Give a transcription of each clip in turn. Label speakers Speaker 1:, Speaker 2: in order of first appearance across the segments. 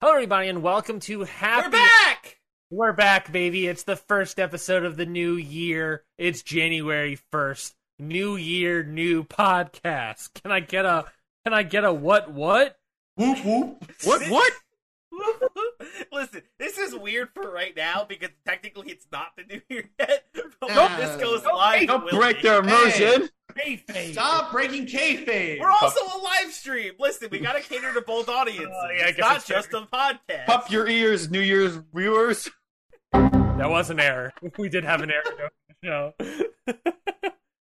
Speaker 1: Hello, everybody, and welcome to Happy.
Speaker 2: We're back.
Speaker 1: We're back, baby. It's the first episode of the new year. It's January first. New year, new podcast. Can I get a? Can I get a what? What?
Speaker 2: Whoop whoop. What what?
Speaker 3: Listen, this is weird for right now because technically it's not the new year yet. But when this
Speaker 1: Uh,
Speaker 3: goes live, it will be.
Speaker 2: immersion.
Speaker 1: Kayfabe.
Speaker 2: Stop breaking kayfabe.
Speaker 3: We're also a live stream. Listen, we gotta cater to both audiences.
Speaker 1: Oh, yeah, I
Speaker 3: it's
Speaker 1: guess
Speaker 3: not
Speaker 1: it's
Speaker 3: just a podcast.
Speaker 2: Pop your ears, New Year's viewers.
Speaker 1: That was an error. We did have an error. No.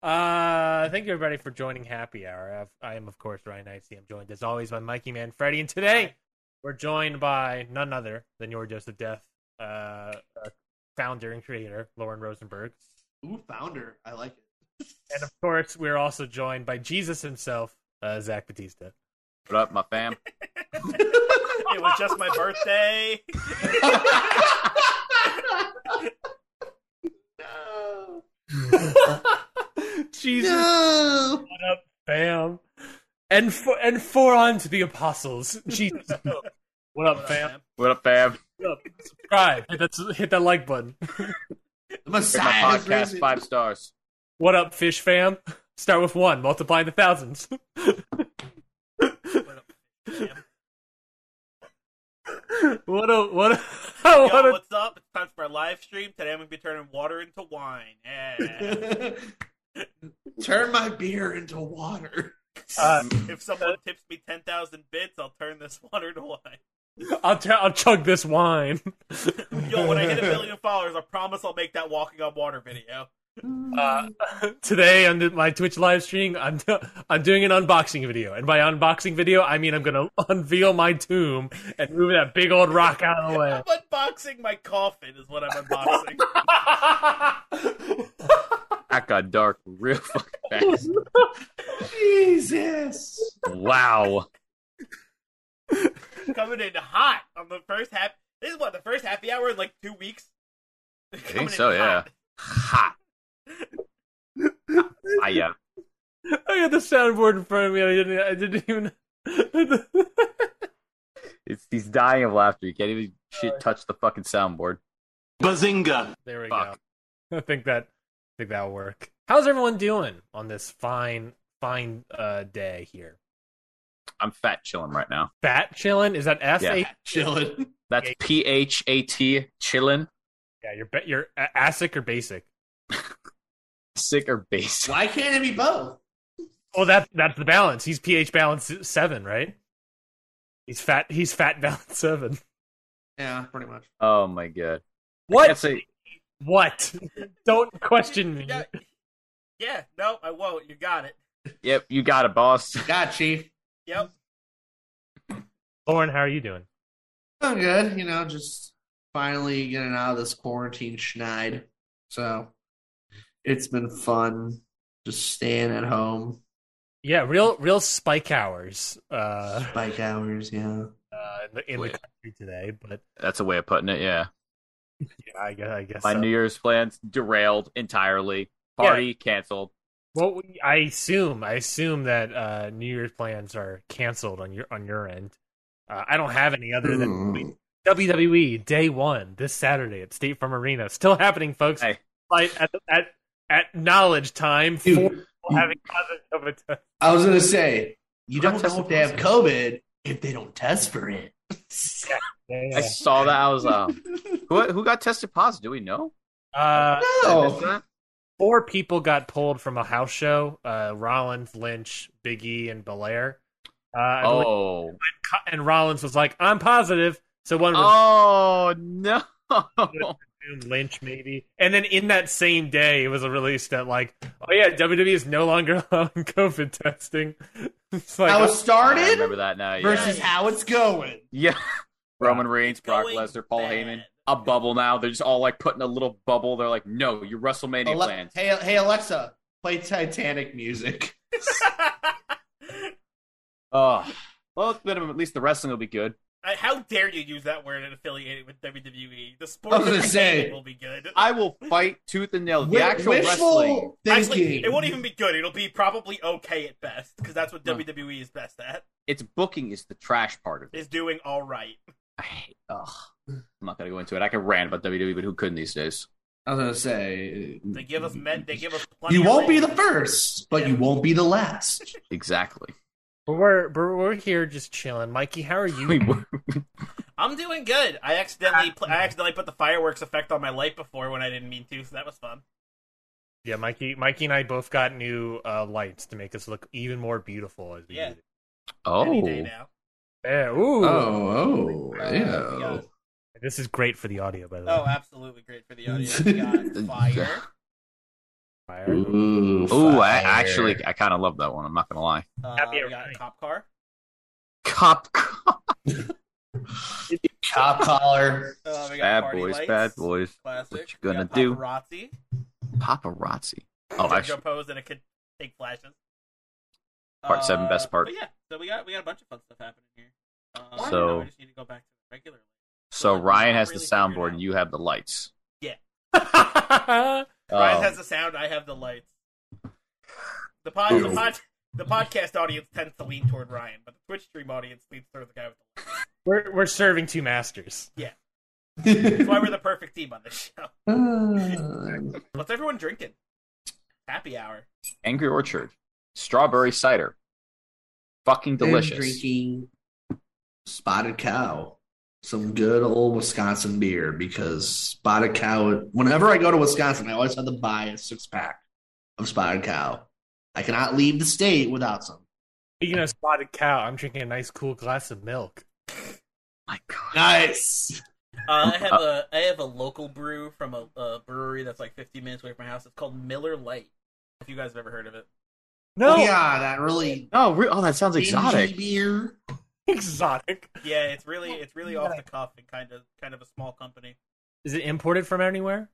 Speaker 1: uh, thank you everybody for joining Happy Hour. I've, I am of course Ryan Knightsey. I'm joined as always by Mikey Man Freddy, and today we're joined by none other than your Joseph Death, uh, uh, founder and creator Lauren Rosenberg,
Speaker 2: Ooh, founder. I like it.
Speaker 1: and of course we're also joined by Jesus himself, uh, Zach Batista.
Speaker 4: What up, my fam?
Speaker 3: it was just my birthday.
Speaker 2: no.
Speaker 1: Jesus,
Speaker 2: No.
Speaker 1: what up, fam? And for and for unto the apostles, Jesus. What up, fam?
Speaker 4: What up, fam?
Speaker 1: subscribe. Hit that, hit that like button.
Speaker 2: The
Speaker 4: Give my
Speaker 2: Messiah is
Speaker 4: podcast
Speaker 2: risen.
Speaker 4: five stars.
Speaker 1: What up, fish fam? Start with one, multiply into thousands. what a what a what
Speaker 3: Yo,
Speaker 1: a
Speaker 3: what's up? It's time for our live stream. Today I'm gonna be turning water into wine. Yeah.
Speaker 2: Turn my beer into water.
Speaker 1: uh,
Speaker 3: if someone tips me ten thousand bits, I'll turn this water to wine.
Speaker 1: I'll, t- I'll chug this wine.
Speaker 3: Yo, when I hit a million followers, I promise I'll make that walking on water video.
Speaker 1: Uh, today on the, my Twitch live stream, I'm I'm doing an unboxing video, and by unboxing video, I mean I'm gonna unveil my tomb and move that big old rock out of the way.
Speaker 3: I'm unboxing my coffin is what I'm unboxing.
Speaker 4: That got dark real fucking fast.
Speaker 2: Jesus.
Speaker 4: Wow.
Speaker 3: Coming in hot on the first happy. This is what the first happy hour in like two weeks. I
Speaker 4: think so, yeah. Hot. I, uh, yeah.
Speaker 1: I got the soundboard in front of me. And I didn't. I didn't even.
Speaker 4: It's he's dying of laughter. You can't even shit touch the fucking soundboard.
Speaker 2: Bazinga.
Speaker 1: there we
Speaker 4: Fuck.
Speaker 1: go. I think that. I think that'll work. How's everyone doing on this fine, fine uh, day here?
Speaker 4: I'm fat chilling right now.
Speaker 1: Fat chillin'? Is that F?
Speaker 4: Yeah.
Speaker 2: Chilling.
Speaker 4: That's
Speaker 1: Yeah.
Speaker 4: P H A T chilling.
Speaker 1: yeah. You're ba- you're a- ASIC or basic.
Speaker 4: Sick or base.
Speaker 2: Why can't it be both?
Speaker 1: Well, Oh, that that's the balance. He's pH balance seven, right? He's fat. He's fat balance seven.
Speaker 2: Yeah, pretty much.
Speaker 4: Oh my god.
Speaker 1: What?
Speaker 4: That's a
Speaker 1: What? Don't question me.
Speaker 3: Yeah, yeah, no, I won't. You got it.
Speaker 4: yep, you got it, boss.
Speaker 2: God, Chief.
Speaker 3: Yep.
Speaker 1: Lauren, how are you doing?
Speaker 2: I'm good. You know, just finally getting out of this quarantine schneid. So it's been fun just staying at home.
Speaker 1: Yeah, real real spike hours. Uh,
Speaker 2: Bike hours, yeah.
Speaker 1: uh, in the, in the
Speaker 4: Wait.
Speaker 1: country today, but
Speaker 4: That's a way of putting it, yeah.
Speaker 1: yeah, I guess I guess
Speaker 4: My
Speaker 1: so.
Speaker 4: New Year's plans derailed entirely. Party canceled.
Speaker 1: well, we- I assume I assume that uh, New Year's plans are canceled on your on your end. Uh, I don't have any other
Speaker 4: Hmm.
Speaker 1: than WWE Day One this Saturday at State Farm Arena. Still happening, folks.
Speaker 4: Hey.
Speaker 1: Like, at, at at knowledge time for
Speaker 2: Dude,
Speaker 1: people having positive COVID.
Speaker 2: I was going to say, you don't
Speaker 4: That's
Speaker 2: know if they have COVID if they don't test for it.
Speaker 1: Yeah.
Speaker 4: I saw that. I was um, who who got tested positive? Do we know?
Speaker 1: Uh,
Speaker 4: Oh.
Speaker 2: no.
Speaker 1: four people got pulled from a house show: uh, Rollins, Lynch, Big E, and Belair. Uh, I believe-
Speaker 4: Oh,
Speaker 1: Co- and Rollins was like, "I'm positive." So one was
Speaker 4: oh no!
Speaker 1: Afternoon Lynch, maybe. And then in that same day, it was a release that, like, oh yeah, WWE is no longer allowing COVID testing. It's like, oh,
Speaker 2: how it
Speaker 4: I
Speaker 2: started
Speaker 4: remember that now. Yeah.
Speaker 2: versus
Speaker 3: Yeah.
Speaker 2: how it's going.
Speaker 4: yeah. Roman Reigns, Brock
Speaker 3: Going
Speaker 4: Lesnar, Paul
Speaker 3: bad.
Speaker 4: Heyman. A bubble now. They're just all like putting a little bubble. They're like, no, your WrestleMania
Speaker 2: Ale-
Speaker 4: plans.
Speaker 2: hey, hey Alexa, play Titanic music.
Speaker 4: Oh. Well, at minimum, at least the wrestling will be good.
Speaker 3: Uh, How dare you use that word and affiliate it with WWE? The sport
Speaker 2: I was gonna say.
Speaker 3: will be good.
Speaker 4: I will fight tooth and nail. Oh, The
Speaker 2: Wi-
Speaker 4: actual
Speaker 2: wishful
Speaker 4: wrestling.
Speaker 2: thinking.
Speaker 3: Actually, it won't even be good. It'll be probably okay at best because that's what
Speaker 4: No.
Speaker 3: WWE is best at.
Speaker 4: its booking is the trash part of it.
Speaker 3: Is doing all right.
Speaker 4: I hate, ugh. I'm not gonna go into it. I can rant about WWE, but who couldn't these days?
Speaker 2: I was gonna say
Speaker 3: They give us men. They give us. Plenty
Speaker 2: You
Speaker 3: of
Speaker 2: won't be the
Speaker 3: reasons.
Speaker 2: first, but you
Speaker 3: Yeah.
Speaker 2: won't be the last.
Speaker 4: Exactly.
Speaker 1: but we're but we're here just chilling. Mikey, how are
Speaker 4: I
Speaker 1: you?
Speaker 4: mean, we're-
Speaker 3: I'm doing good. I accidentally, pl- I accidentally put the fireworks effect on my light before when I didn't mean to, so that was fun.
Speaker 1: yeah, Mikey, Mikey and I both got new uh, lights to make us look even more beautiful as we
Speaker 3: Yeah.
Speaker 1: use it.
Speaker 3: Any day
Speaker 4: oh,
Speaker 3: now.
Speaker 1: Yeah, ooh,
Speaker 2: oh,
Speaker 3: yeah.
Speaker 1: this is great for the audio, by the way.
Speaker 3: Oh, absolutely great for the audience. We got fire.
Speaker 1: Fire.
Speaker 2: Ooh,
Speaker 4: oh! I
Speaker 2: fire.
Speaker 4: actually, I kind of love that one. I'm not gonna lie.
Speaker 3: Uh,
Speaker 1: Happy
Speaker 3: we got
Speaker 1: everything.
Speaker 3: cop car.
Speaker 4: Cop,
Speaker 2: cop collar.
Speaker 3: Uh, we got
Speaker 4: bad
Speaker 3: party
Speaker 4: boys,
Speaker 3: lights.
Speaker 4: bad boys.
Speaker 3: Classic.
Speaker 4: What you
Speaker 3: We
Speaker 4: gonna
Speaker 3: got
Speaker 4: do?
Speaker 3: Paparazzi.
Speaker 4: Paparazzi. Oh,
Speaker 3: Jojo
Speaker 4: actually,
Speaker 3: pose and it could take flashes. Uh,
Speaker 4: Part seven, best part.
Speaker 3: But yeah, so we got we got a bunch of fun stuff happening here. Uh,
Speaker 4: So-
Speaker 3: now we just need to go back to regular.
Speaker 4: so Ryan has the
Speaker 3: Really figured it
Speaker 4: soundboard
Speaker 3: out.
Speaker 4: and you have the lights.
Speaker 3: Ryan
Speaker 4: Um,
Speaker 3: has the sound. I have the lights. The pod,
Speaker 2: Ew.
Speaker 3: the pod, the podcast audience tends to lean toward Ryan, but the Twitch stream audience leans toward the guy with the lights.
Speaker 1: we're we're serving two masters.
Speaker 3: That's why we're the perfect team on this show. What's everyone drinking? Happy hour.
Speaker 4: Angry Orchard, strawberry cider, fucking delicious.
Speaker 2: drinking spotted cow. Some good old Wisconsin beer because spotted cow. Whenever I go to Wisconsin, I always have to buy a six pack of spotted cow. I cannot leave the state without some.
Speaker 1: Speaking of spotted cow, I'm drinking a nice cool glass of milk.
Speaker 4: My God.
Speaker 2: Nice.
Speaker 3: Uh, I have a I have a local brew from a, a brewery that's like 15 minutes away from my house. It's called Miller Light. If you guys have ever heard of it,
Speaker 1: No,
Speaker 2: Oh, Yeah, that really
Speaker 4: Oh, re- oh, that sounds
Speaker 2: dingy
Speaker 4: exotic.
Speaker 2: beer.
Speaker 1: exotic.
Speaker 3: yeah, it's really it's really off the cuff and kind of kind of a small company.
Speaker 1: Is it imported from anywhere?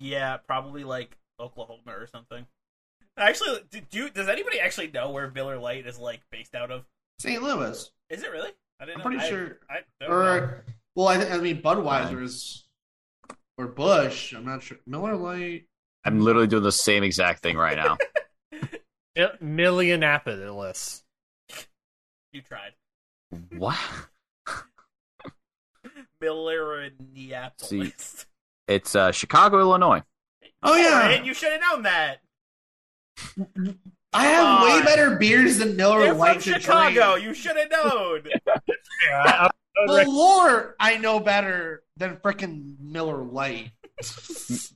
Speaker 3: Yeah, probably like Oklahoma or something. Actually, do, do does anybody actually know where Miller Light is like based out of?
Speaker 2: St. Louis.
Speaker 3: Is it really? I didn't.
Speaker 2: I'm
Speaker 3: know.
Speaker 2: pretty
Speaker 3: I-
Speaker 2: sure.
Speaker 3: I don't know.
Speaker 2: Or well, I, th- I mean Budweiser is or Bush. I'm not sure. Miller Lite.
Speaker 4: I'm literally doing the same exact thing right now.
Speaker 1: Mi- Millionapolis.
Speaker 3: you tried
Speaker 4: what?
Speaker 3: Miller Minneapolis.
Speaker 4: It's uh, Chicago, Illinois.
Speaker 2: Oh
Speaker 3: Ryan,
Speaker 2: yeah,
Speaker 3: you should have known that.
Speaker 2: I have way
Speaker 3: God.
Speaker 2: better beers than Miller
Speaker 3: They're
Speaker 2: Lite
Speaker 3: from
Speaker 2: to
Speaker 3: Chicago.
Speaker 2: drink.
Speaker 3: You should have known.
Speaker 1: Yeah, I- I would
Speaker 2: Well, Lord, I know better than freaking Miller Lite.
Speaker 1: reckon-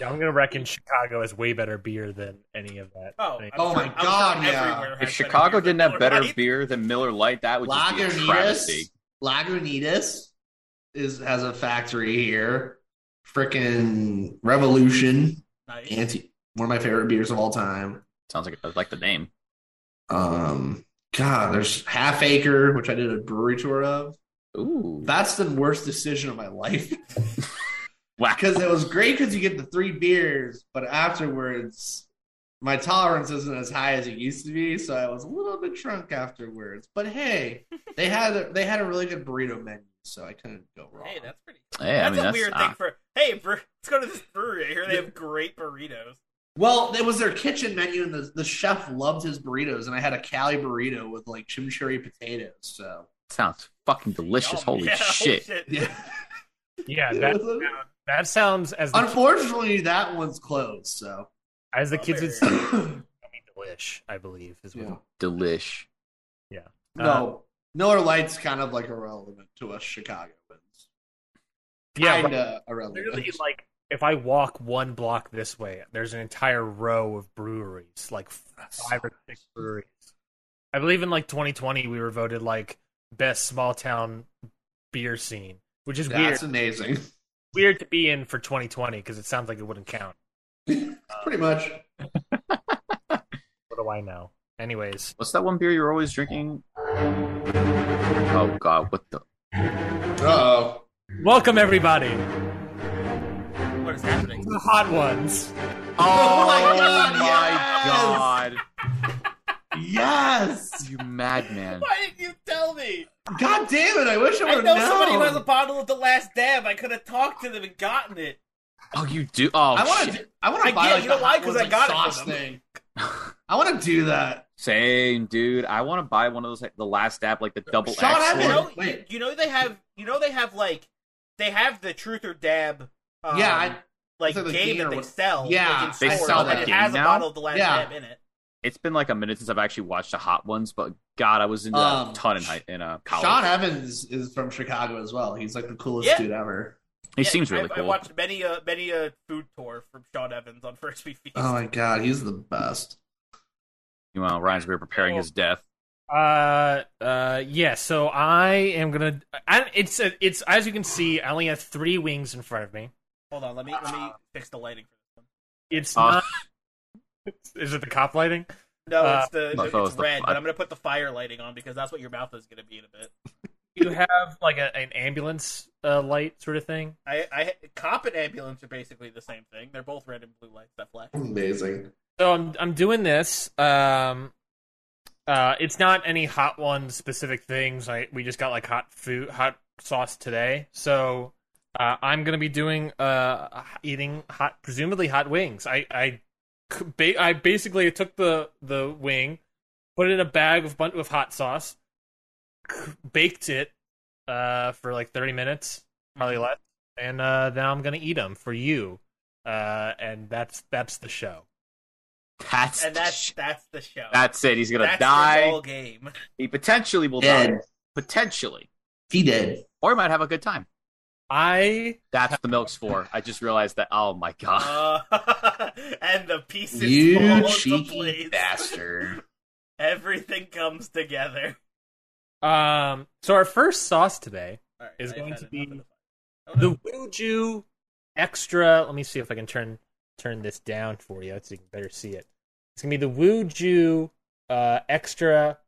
Speaker 1: I'm gonna reckon Chicago has way better beer than any of that.
Speaker 3: Oh,
Speaker 1: Like,
Speaker 3: I'm sure-
Speaker 2: Oh my
Speaker 3: I'm sure
Speaker 2: God, yeah.
Speaker 3: everywhere has
Speaker 4: If
Speaker 3: better
Speaker 4: Chicago
Speaker 3: beer than
Speaker 4: didn't have
Speaker 3: Miller
Speaker 4: better
Speaker 3: Lite.
Speaker 4: beer than Miller Light, that would just be a
Speaker 2: Lagunitas.
Speaker 4: travesty.
Speaker 2: Lagunitas is has a factory here. Freaking Revolution.
Speaker 3: Nice.
Speaker 2: Anti. One of my favorite beers of all time.
Speaker 4: Sounds like I like the name.
Speaker 2: Um, God, there's Half Acre, which I did a brewery tour of.
Speaker 4: Ooh,
Speaker 2: That's the worst decision of my life
Speaker 4: wow.
Speaker 2: because it was great because you get the three beers, but afterwards, my tolerance isn't as high as it used to be, so I was a little bit drunk afterwards. But hey, they had a, they had a really good burrito menu, so I couldn't go wrong.
Speaker 3: Hey, that's pretty.
Speaker 4: Yeah, I
Speaker 3: that's
Speaker 4: mean
Speaker 3: a
Speaker 4: that's
Speaker 3: weird
Speaker 4: ah,
Speaker 3: thing for. Hey, bre- let's go to this brewery. I hear they have great burritos.
Speaker 2: well, it was their kitchen menu, and the, the chef loved his burritos, and I had a Cali burrito with like chimichurri potatoes. So
Speaker 4: sounds fucking delicious.
Speaker 3: Yum.
Speaker 4: Holy
Speaker 3: Yeah,
Speaker 4: shit!
Speaker 2: yeah,
Speaker 1: yeah,
Speaker 2: It
Speaker 1: that,
Speaker 2: was a-
Speaker 1: that sounds as the,
Speaker 2: unfortunately, that one's closed. So.
Speaker 1: as the kids would say,
Speaker 3: Bummer.
Speaker 1: delish. I believe is what.
Speaker 2: Yeah.
Speaker 4: Delish.
Speaker 1: Uh,
Speaker 2: No, Miller Lite's kind of like irrelevant to us Chicago wins.
Speaker 1: yeah,
Speaker 2: kind
Speaker 1: like,
Speaker 2: of
Speaker 1: literally,
Speaker 2: irrelevant.
Speaker 1: like if I walk one block this way, there's an entire row of breweries, like five or six breweries. I believe in like 2020 we were voted like best small town beer scene, which is
Speaker 2: That's
Speaker 1: weird.
Speaker 2: amazing.
Speaker 1: weird to be in for 2020 because it sounds like it wouldn't count.
Speaker 2: Pretty much.
Speaker 1: What do I know? Anyways,
Speaker 4: What's that one beer you're always drinking? Oh God, what the?
Speaker 2: Uh-oh.
Speaker 1: welcome everybody to
Speaker 3: What is happening?
Speaker 1: the Hot Ones.
Speaker 4: Oh,
Speaker 2: my God,
Speaker 4: my
Speaker 2: yes!
Speaker 4: God,
Speaker 2: Yes.
Speaker 4: you madman!
Speaker 3: Why didn't you tell me?
Speaker 2: God damn it. I wish I
Speaker 3: I
Speaker 2: would have
Speaker 3: know somebody who has a bottle of the last dab. I could have talked to them and gotten it.
Speaker 4: Oh, you do? Oh,
Speaker 2: I want
Speaker 4: shit.
Speaker 2: to. I want
Speaker 3: I
Speaker 2: to buy
Speaker 3: get-
Speaker 2: like
Speaker 3: you know
Speaker 2: the
Speaker 3: why?
Speaker 2: hot
Speaker 3: 'Cause
Speaker 2: ones,
Speaker 3: I
Speaker 2: like,
Speaker 3: got it
Speaker 2: sauce
Speaker 3: from them.
Speaker 2: thing. I want to do that.
Speaker 4: Same, dude. I want to buy one of those, like, the last dab, like the
Speaker 3: Oh,
Speaker 4: double
Speaker 2: Sean,
Speaker 4: X.
Speaker 3: You
Speaker 2: I've Wait,
Speaker 4: one.
Speaker 3: know, you,
Speaker 2: wait.
Speaker 3: you know they have. You know they have like they have the truth or dab. Um,
Speaker 2: yeah, I,
Speaker 3: like
Speaker 2: it's like
Speaker 3: game
Speaker 2: a game
Speaker 3: that
Speaker 2: or
Speaker 3: they
Speaker 2: what-
Speaker 3: sell.
Speaker 2: Yeah,
Speaker 3: like in
Speaker 2: they
Speaker 3: stores,
Speaker 2: sell
Speaker 3: and
Speaker 2: that
Speaker 3: It
Speaker 4: game
Speaker 3: has a
Speaker 4: now?
Speaker 3: bottle of the last
Speaker 2: Yeah.
Speaker 3: dab in it.
Speaker 4: It's been like a minute since I've actually watched the hot ones, but God, I was into that
Speaker 2: Um,
Speaker 4: a ton in high, in uh, college.
Speaker 2: Sean Evans is from Chicago as well. He's like the coolest
Speaker 3: Yeah.
Speaker 2: dude ever.
Speaker 4: he
Speaker 3: Yeah,
Speaker 4: seems really
Speaker 3: I've-
Speaker 4: cool.
Speaker 3: I watched many a many a food tour from Sean Evans on First We Feast.
Speaker 2: Oh my god, he's the best.
Speaker 4: Meanwhile, Ryan's we were preparing his death.
Speaker 1: Uh, uh, yeah. So I am gonna. I, it's a, it's as you can see, I only have three wings in front of me.
Speaker 3: Hold on, let me let me fix the lighting for this one.
Speaker 1: It's
Speaker 4: Uh.
Speaker 1: not. Is it the cop lighting?
Speaker 3: No,
Speaker 1: Uh,
Speaker 3: it's the
Speaker 4: my
Speaker 3: no,
Speaker 4: phone
Speaker 3: it's
Speaker 4: was the
Speaker 3: red,
Speaker 4: fi-
Speaker 3: but I'm gonna put the fire lighting on because that's what your mouth is gonna be in a bit.
Speaker 1: You have like a, an ambulance uh, light sort of thing.
Speaker 3: I, I cop and ambulance are basically the same thing. They're both red and blue lights that flash.
Speaker 2: Amazing.
Speaker 1: So I'm I'm doing this. Um, uh, it's not any hot one specific things. I we just got like hot food, hot sauce today. So uh, I'm gonna be doing uh eating hot, presumably hot wings. I I c- ba- I basically took the the wing, put it in a bag of bun- with hot sauce, c- baked it uh for like 30 minutes, probably less, and uh, now I'm gonna eat them for you. Uh, and that's that's the show.
Speaker 4: That's
Speaker 3: And that's that's the show.
Speaker 4: that's it. He's gonna
Speaker 3: That's
Speaker 4: die.
Speaker 3: the whole game.
Speaker 4: He potentially will die.
Speaker 2: Dead.
Speaker 4: Potentially,
Speaker 2: He did.
Speaker 4: or he might have a good time.
Speaker 1: I
Speaker 4: That's what the milk's for. I just realized that. Oh my God.
Speaker 3: Uh,
Speaker 4: Ah.
Speaker 3: and the pieces fall
Speaker 2: You
Speaker 3: into
Speaker 2: cheeky
Speaker 3: place.
Speaker 2: bastard.
Speaker 3: Everything comes together.
Speaker 1: um so our first sauce today
Speaker 3: All right,
Speaker 1: Is
Speaker 3: I've
Speaker 1: going
Speaker 3: had
Speaker 1: to
Speaker 3: enough
Speaker 1: be
Speaker 3: of the- Oh, no.
Speaker 1: the Wuju extra. Let me see if I can turn turn this down for you so you can better see it. It's gonna be the Wuju uh, extra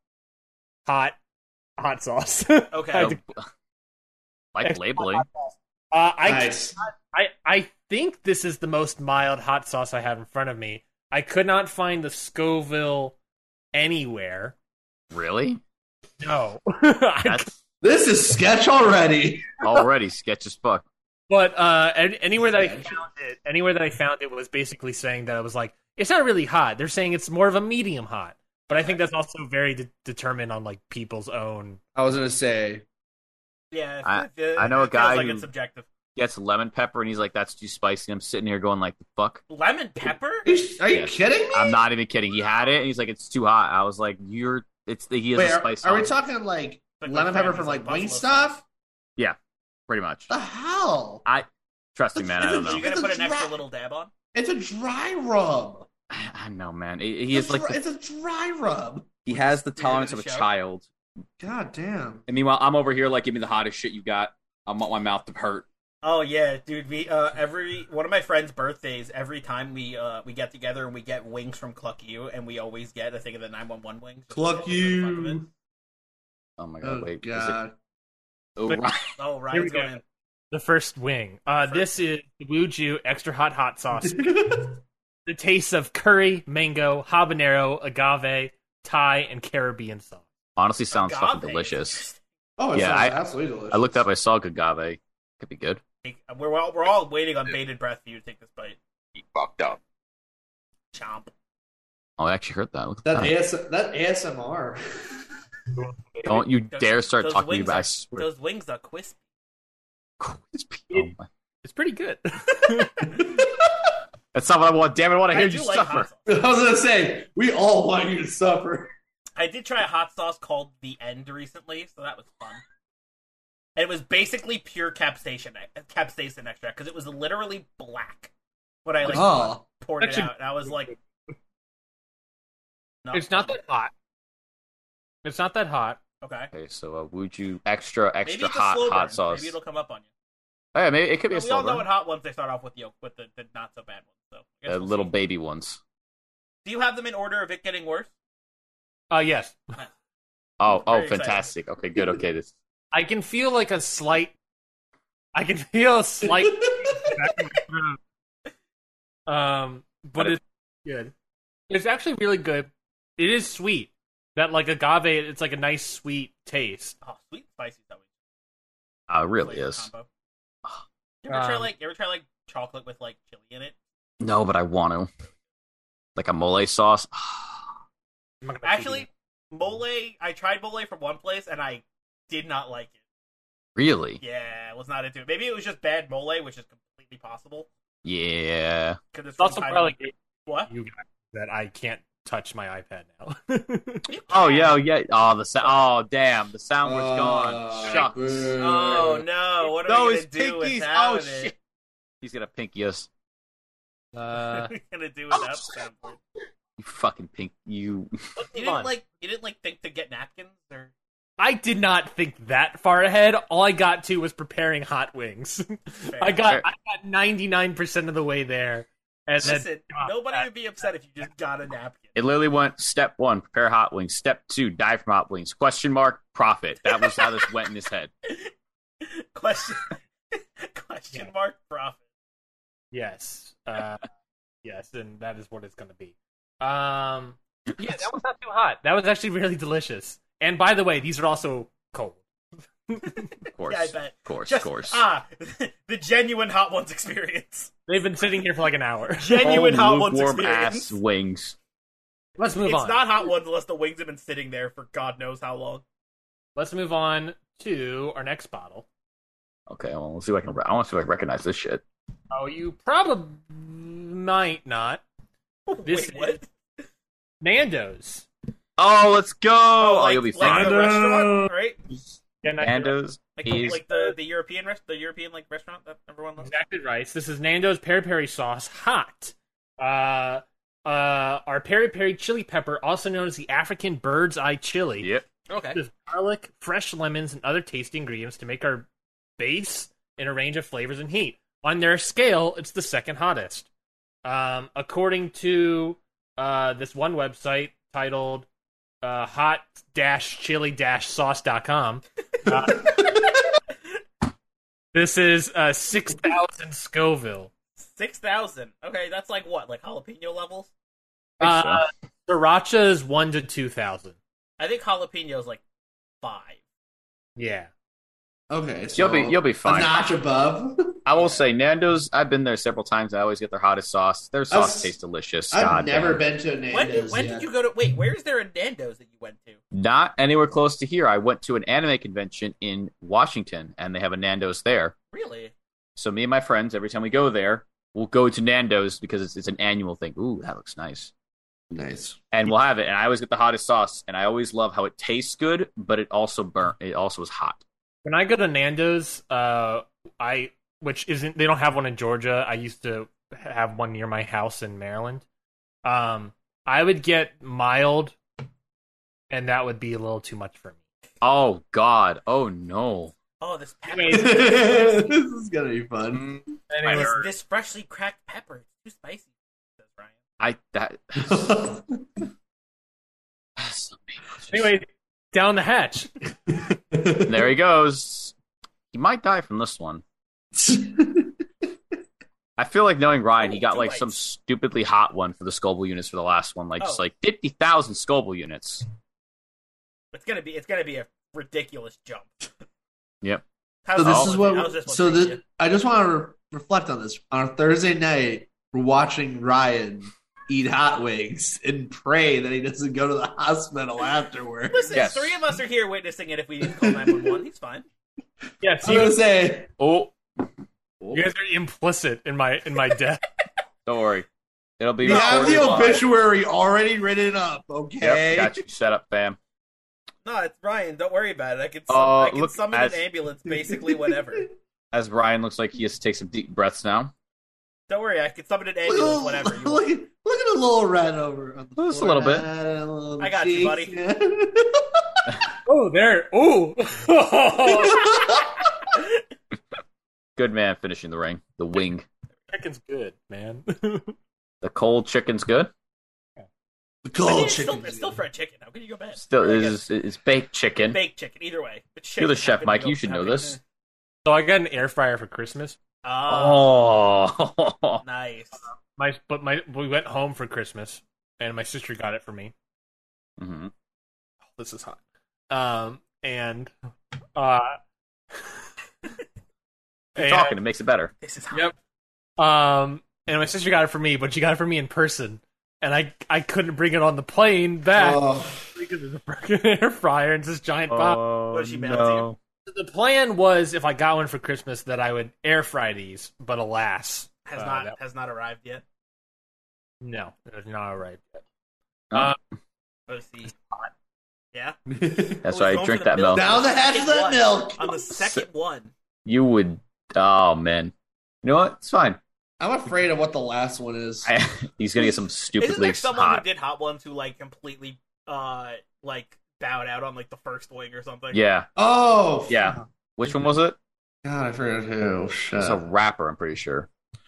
Speaker 1: hot hot sauce.
Speaker 3: Okay.
Speaker 1: I
Speaker 4: I
Speaker 1: had
Speaker 3: Oh,
Speaker 1: to-
Speaker 4: don't- like labeling.
Speaker 1: uh, I
Speaker 2: nice.
Speaker 1: I, I think this is the most mild hot sauce I have in front of me. I could not find the Scoville anywhere.
Speaker 4: Really?
Speaker 1: No, I
Speaker 4: That's
Speaker 2: This is sketch already.
Speaker 4: already sketch as fuck.
Speaker 1: But uh, an- anywhere that I
Speaker 2: Gotcha.
Speaker 1: found it, anywhere that I found it was basically saying that I was like, it's not really hot. They're saying it's more of a medium hot. But I think that's also very de- determined on like people's own.
Speaker 2: I was gonna say.
Speaker 3: yeah,
Speaker 4: I-
Speaker 3: it- it-
Speaker 4: I know a
Speaker 3: it feels
Speaker 4: guy
Speaker 3: like
Speaker 4: who-
Speaker 3: it's subjective.
Speaker 4: Gets lemon pepper, and he's like, "That's too spicy." And I'm sitting here going, "Like the fuck."
Speaker 3: Lemon pepper?
Speaker 2: Are you, are you
Speaker 4: Yes.
Speaker 2: kidding me?
Speaker 4: I'm not even kidding. He had it, and he's like, "It's too hot." I was like, "You're." It's he is
Speaker 2: Wait,
Speaker 4: a
Speaker 2: are,
Speaker 4: spice.
Speaker 2: are we
Speaker 4: house,
Speaker 2: talking like
Speaker 3: Like
Speaker 2: lemon
Speaker 3: my
Speaker 2: pepper
Speaker 3: friend
Speaker 2: from
Speaker 3: is
Speaker 2: like
Speaker 3: Buffalo
Speaker 2: wing stuff?
Speaker 4: pretty much.
Speaker 2: The hell?
Speaker 4: I trust me, man. I don't
Speaker 3: Sauce. You
Speaker 4: know.
Speaker 2: It's
Speaker 3: gonna
Speaker 2: a
Speaker 3: put an extra
Speaker 2: dra-
Speaker 3: little dab on?
Speaker 2: It's a dry rub.
Speaker 4: I I know, man. He he is
Speaker 2: It's a
Speaker 4: like
Speaker 2: dry-
Speaker 4: the,
Speaker 2: it's a dry rub.
Speaker 4: he has the tolerance
Speaker 3: in
Speaker 4: of
Speaker 3: the
Speaker 4: a
Speaker 3: shower.
Speaker 4: child.
Speaker 2: God damn.
Speaker 4: And meanwhile, I'm over here like, "Give me the hottest shit you got." I want my mouth to hurt.
Speaker 3: Oh yeah, dude. We uh, every one of my friends' birthdays. Every time we uh, we get together and we get wings from Cluck U, and we always get a thing of the nine one one wings.
Speaker 2: Cluck
Speaker 3: Just for the fun of it.
Speaker 2: you.
Speaker 4: Oh my god!
Speaker 2: Oh
Speaker 4: wait, is it?
Speaker 2: god.
Speaker 4: Oh,
Speaker 1: But-
Speaker 4: Ryan.
Speaker 3: Oh,
Speaker 1: Here we
Speaker 3: Ryan's
Speaker 1: go.
Speaker 3: going in.
Speaker 1: The first wing. Uh, This is the Wuju extra hot hot sauce.
Speaker 2: Oh,
Speaker 1: the taste of curry, mango, habanero, agave, Thai, and Caribbean sauce.
Speaker 4: honestly sounds fucking
Speaker 3: Agave.
Speaker 4: delicious.
Speaker 2: oh, it
Speaker 4: Yeah,
Speaker 2: sounds
Speaker 4: I-
Speaker 2: absolutely delicious.
Speaker 4: I looked up. I saw agave. Could be good.
Speaker 3: We're all, we're all waiting on bated breath for you to take this bite.
Speaker 4: Fucked up.
Speaker 3: Chomp.
Speaker 4: Oh, I actually heard that. Look at
Speaker 2: that,
Speaker 4: that.
Speaker 2: AS, that ASMR.
Speaker 4: Don't you
Speaker 3: Those-
Speaker 4: dare start
Speaker 3: those
Speaker 4: talking to me
Speaker 3: wings
Speaker 4: about. I
Speaker 3: are-
Speaker 4: swear.
Speaker 3: Those wings are crispy.
Speaker 4: Crispy. Oh my-
Speaker 1: It's pretty good.
Speaker 4: That's not what I want. Damn it! I want to
Speaker 3: I
Speaker 4: hear
Speaker 3: do
Speaker 4: you
Speaker 3: like
Speaker 4: suffer.
Speaker 3: hot sauce.
Speaker 2: I was gonna say we all want you to suffer.
Speaker 3: I did try a hot sauce called The End recently, so that was fun. And it was basically pure capsaicin capsaicin extract because it was literally black when I like
Speaker 2: oh,
Speaker 3: poured it
Speaker 1: Actually-
Speaker 3: out, and I was like, no,
Speaker 1: it's not that hot. It's not that hot.
Speaker 3: okay."
Speaker 4: Okay, so uh, would you extra
Speaker 3: Maybe
Speaker 4: extra
Speaker 3: it's a
Speaker 4: hot
Speaker 3: slow
Speaker 4: hot
Speaker 3: burn.
Speaker 4: sauce?
Speaker 3: Maybe it'll come up on you.
Speaker 4: Oh, yeah, maybe it could be
Speaker 3: But
Speaker 4: a
Speaker 3: we all know
Speaker 4: Slowburn.
Speaker 3: what hot ones they start off with yolk, with the, the not so bad ones. So I guess
Speaker 4: Uh,
Speaker 3: we'll
Speaker 4: little
Speaker 3: see.
Speaker 4: baby ones.
Speaker 3: Do you have them in order of it getting worse?
Speaker 1: Uh, yes,
Speaker 4: Oh, oh,
Speaker 3: Very exciting.
Speaker 4: fantastic. Okay, good. Okay, this.
Speaker 1: I can feel like a slight. I can feel a slight. um, but it's good. It's actually really good. It is sweet. That like agave, it's like a nice sweet taste.
Speaker 3: Oh, sweet and spicy though.
Speaker 4: Uh, it really is. Ah.
Speaker 3: Combo. You ever try
Speaker 1: Um,
Speaker 3: like you ever try like chocolate with like chili in it?
Speaker 4: No, but I want to. Like a mole sauce.
Speaker 1: I'm not gonna cheat
Speaker 3: Actually,
Speaker 1: you.
Speaker 3: mole. I tried mole from one place and I did not like it.
Speaker 4: really?
Speaker 3: Yeah, I was not into it. Maybe it was just bad mole, which is completely possible.
Speaker 4: Yeah.
Speaker 3: Because it's
Speaker 1: it's also
Speaker 3: from Thailand.
Speaker 1: probably
Speaker 3: what?
Speaker 1: you guys that I can't touch my iPad now.
Speaker 3: You
Speaker 4: Oh,
Speaker 3: can.
Speaker 4: yeah, oh, yeah. Oh, the sa- oh, damn, the soundboard's
Speaker 2: Oh,
Speaker 4: gone. Shucks.
Speaker 2: boo.
Speaker 3: Oh no! What are
Speaker 4: No,
Speaker 3: we
Speaker 4: his
Speaker 3: gonna do
Speaker 4: pinkies.
Speaker 3: without
Speaker 4: Oh
Speaker 3: it?
Speaker 4: shit. He's gonna pinky us.
Speaker 1: uh,
Speaker 3: What are we gonna do
Speaker 4: Oh,
Speaker 3: without them?
Speaker 4: You fucking pink. You.
Speaker 3: What, you
Speaker 1: Come on.
Speaker 3: didn't like you didn't like think to get napkins or
Speaker 1: I did not think that far ahead. All I got to was preparing hot wings. I got
Speaker 4: Fair.
Speaker 1: I got ninety nine percent of the way there, and then
Speaker 3: Listen, nobody would be upset if you just got a napkin.
Speaker 4: It literally went step one, prepare hot wings. Step two, die from hot wings. Question mark, profit. That was how this went in his head.
Speaker 3: question question
Speaker 1: Yeah.
Speaker 3: mark profit.
Speaker 1: yes, uh, yes, and that is what it's going to be. Um, yeah, that was not too hot. That was actually really delicious. And by the way, these are also cold.
Speaker 4: Of course.
Speaker 3: Yeah, I bet.
Speaker 4: Of course,
Speaker 3: Just-
Speaker 4: of course.
Speaker 3: Ah, the genuine hot ones experience.
Speaker 1: They've been sitting here for like an hour.
Speaker 3: Genuine
Speaker 4: Oh,
Speaker 3: hot ones
Speaker 4: lukewarm
Speaker 3: experience.
Speaker 4: ass wings.
Speaker 1: Let's move
Speaker 3: It's
Speaker 1: on.
Speaker 3: not hot ones unless the wings have been sitting there for God knows how long.
Speaker 1: Let's move on to our next bottle.
Speaker 4: Okay, well, let's see if I can. I want to see if I can recognize this shit.
Speaker 1: Oh, you probably might not. This
Speaker 3: Wait, what?
Speaker 1: Nando's.
Speaker 4: Oh, let's go! Oh,
Speaker 3: like-
Speaker 4: you'll be
Speaker 3: like
Speaker 4: fine.
Speaker 3: the
Speaker 2: fine.
Speaker 3: restaurant, right?
Speaker 1: Can I-
Speaker 4: Nando's
Speaker 3: Like, the,
Speaker 4: is
Speaker 3: like the, the European rest, the European like restaurant that everyone loves.
Speaker 1: Exactly right. This is Nando's peri peri sauce, hot. Uh, uh, our peri peri chili pepper, also known as the African bird's eye chili,
Speaker 4: yep.
Speaker 3: Okay.
Speaker 1: uses garlic, fresh lemons, and other tasty ingredients to make our base in a range of flavors and heat. On their scale, it's the second hottest. Um, according to uh, this one website titled uh, hot chili sauce.com, uh, this is uh, 6,000 Scoville.
Speaker 3: Six thousand. Okay, that's like what, like jalapeno levels?
Speaker 4: I think so.
Speaker 1: Uh, Sriracha is one to two thousand.
Speaker 3: I think jalapeno is like five.
Speaker 1: Yeah.
Speaker 2: Okay, so
Speaker 4: You'll be you'll be
Speaker 2: a
Speaker 4: fine.
Speaker 2: notch above.
Speaker 4: I will say Nando's. I've been there several times. I always get their hottest sauce. Their sauce
Speaker 2: I've-
Speaker 4: tastes delicious.
Speaker 2: I've
Speaker 4: God
Speaker 2: never
Speaker 4: damn.
Speaker 2: been to a
Speaker 3: When,
Speaker 2: Nando's.
Speaker 3: when
Speaker 2: yet.
Speaker 3: did you go to? Wait, where is there a Nando's that you went to?
Speaker 4: Not anywhere close to here. I went to an anime convention in Washington, and they have a Nando's there.
Speaker 3: Really?
Speaker 4: So me and my friends, every time we go there, we'll go to Nando's because it's, it's an annual thing. Ooh, that looks nice.
Speaker 2: Nice.
Speaker 4: And we'll have it. And I always get the hottest sauce. And I always love how it tastes good, but it also burnt. It also is hot.
Speaker 1: When I go to Nando's, uh, I which isn't they don't have one in Georgia. I used to have one near my house in Maryland. Um, I would get mild, and that would be a little too much for me.
Speaker 4: Oh God. Oh no.
Speaker 3: Oh, this pepper.
Speaker 1: Anyways,
Speaker 2: this is gonna be fun.
Speaker 1: Anyways,
Speaker 3: This, this freshly cracked pepper. It's too spicy. Says Ryan.
Speaker 4: I that.
Speaker 1: anyway, down the hatch.
Speaker 4: There he goes. He might die from this one. I feel like knowing Ryan, he
Speaker 3: Oh,
Speaker 4: got
Speaker 3: two
Speaker 4: like
Speaker 3: bites.
Speaker 4: some stupidly hot one for the Scoville units for the last one, like just
Speaker 3: Oh.
Speaker 4: like fifty thousand Scoville units.
Speaker 3: It's gonna be. It's gonna be a ridiculous jump.
Speaker 4: Yep.
Speaker 3: How's
Speaker 2: so
Speaker 3: this
Speaker 2: this
Speaker 4: Oh.
Speaker 2: is
Speaker 3: how's
Speaker 2: what.
Speaker 3: this one
Speaker 2: So
Speaker 3: treating
Speaker 2: this,
Speaker 3: you?
Speaker 2: I just want to re- reflect on this. On Thursday night, we're watching Ryan eat hot wings and pray that he doesn't go to the hospital afterward.
Speaker 3: Listen,
Speaker 4: Yes.
Speaker 3: three of us are here witnessing it. If we need to call nine one one, he's fine.
Speaker 1: Yes,
Speaker 2: I'm gonna
Speaker 1: you,
Speaker 2: say.
Speaker 4: Oh,
Speaker 1: you guys are implicit in my in my death.
Speaker 4: don't worry, it'll be.
Speaker 2: We have
Speaker 4: recorded
Speaker 2: the
Speaker 4: live.
Speaker 2: obituary already written up, okay?
Speaker 4: Yep, got you set up, fam.
Speaker 3: No, it's Ryan. Don't worry about it. I can. Sum,
Speaker 4: Uh,
Speaker 3: I can
Speaker 4: look,
Speaker 3: summon
Speaker 4: as-
Speaker 3: an ambulance basically whenever.
Speaker 4: As Ryan looks like he has to take some deep breaths now.
Speaker 3: Don't worry, I can summon an
Speaker 2: Look,
Speaker 3: ambulance
Speaker 2: at-
Speaker 3: whenever you
Speaker 2: look,
Speaker 3: want.
Speaker 2: at- look at a little red over. On the
Speaker 4: Just a little bit.
Speaker 2: forehead, a little
Speaker 3: I got you, buddy.
Speaker 1: Oh, there. Oh,
Speaker 2: buddy.
Speaker 4: Good man finishing the ring. The wing.
Speaker 1: Chicken's good, man.
Speaker 4: The cold chicken's good.
Speaker 2: The
Speaker 3: I mean,
Speaker 2: cold
Speaker 3: it's, still,
Speaker 2: chicken.
Speaker 3: it's still fried chicken. How can you go bad?
Speaker 4: Still
Speaker 1: I
Speaker 4: is is baked chicken.
Speaker 3: Baked chicken, either way. But chicken,
Speaker 4: You're the
Speaker 3: how
Speaker 4: chef,
Speaker 3: can
Speaker 4: Mike.
Speaker 3: go
Speaker 4: You should
Speaker 3: without
Speaker 4: know
Speaker 3: bacon?
Speaker 4: this.
Speaker 1: so I got an air fryer for Christmas.
Speaker 3: Ah,
Speaker 4: Oh,
Speaker 3: nice.
Speaker 1: My but my we went home for Christmas, and my sister got it for me.
Speaker 4: Mhm.
Speaker 1: This is hot. Um and uh. and-
Speaker 4: talking it makes it better.
Speaker 3: This is hot.
Speaker 1: Yep. Um, and my sister got it for me, but she got it for me in person, and I I couldn't bring it on the plane back
Speaker 2: Oh,
Speaker 1: because it's a broken air fryer and it's this giant box.
Speaker 4: Oh,
Speaker 3: Was she mad at no.
Speaker 1: The plan was if I got one for Christmas that I would air fry these, but alas,
Speaker 3: Has
Speaker 1: uh,
Speaker 3: not
Speaker 1: that-
Speaker 3: has not arrived yet.
Speaker 1: no, it's not alright.
Speaker 3: Oh, see. Yeah.
Speaker 4: That's
Speaker 3: Oh,
Speaker 4: why
Speaker 3: he's
Speaker 4: I
Speaker 3: going
Speaker 4: drink
Speaker 3: for the
Speaker 4: that milk.
Speaker 2: down the hatch of that
Speaker 3: What?
Speaker 2: milk.
Speaker 3: On the second one.
Speaker 4: You would. Oh man. You know what? It's fine.
Speaker 2: I'm afraid of what the last one is.
Speaker 4: I, he's gonna get some
Speaker 3: Isn't
Speaker 4: stupidly
Speaker 3: there someone who
Speaker 4: hot.
Speaker 3: did hot ones who like completely uh like bowed out on like the first wing or something?
Speaker 4: Yeah,
Speaker 2: Oh,
Speaker 4: yeah. Which one was it?
Speaker 2: God, I forgot who. Oh, Shit.
Speaker 4: It's a rapper, I'm pretty sure. Oh,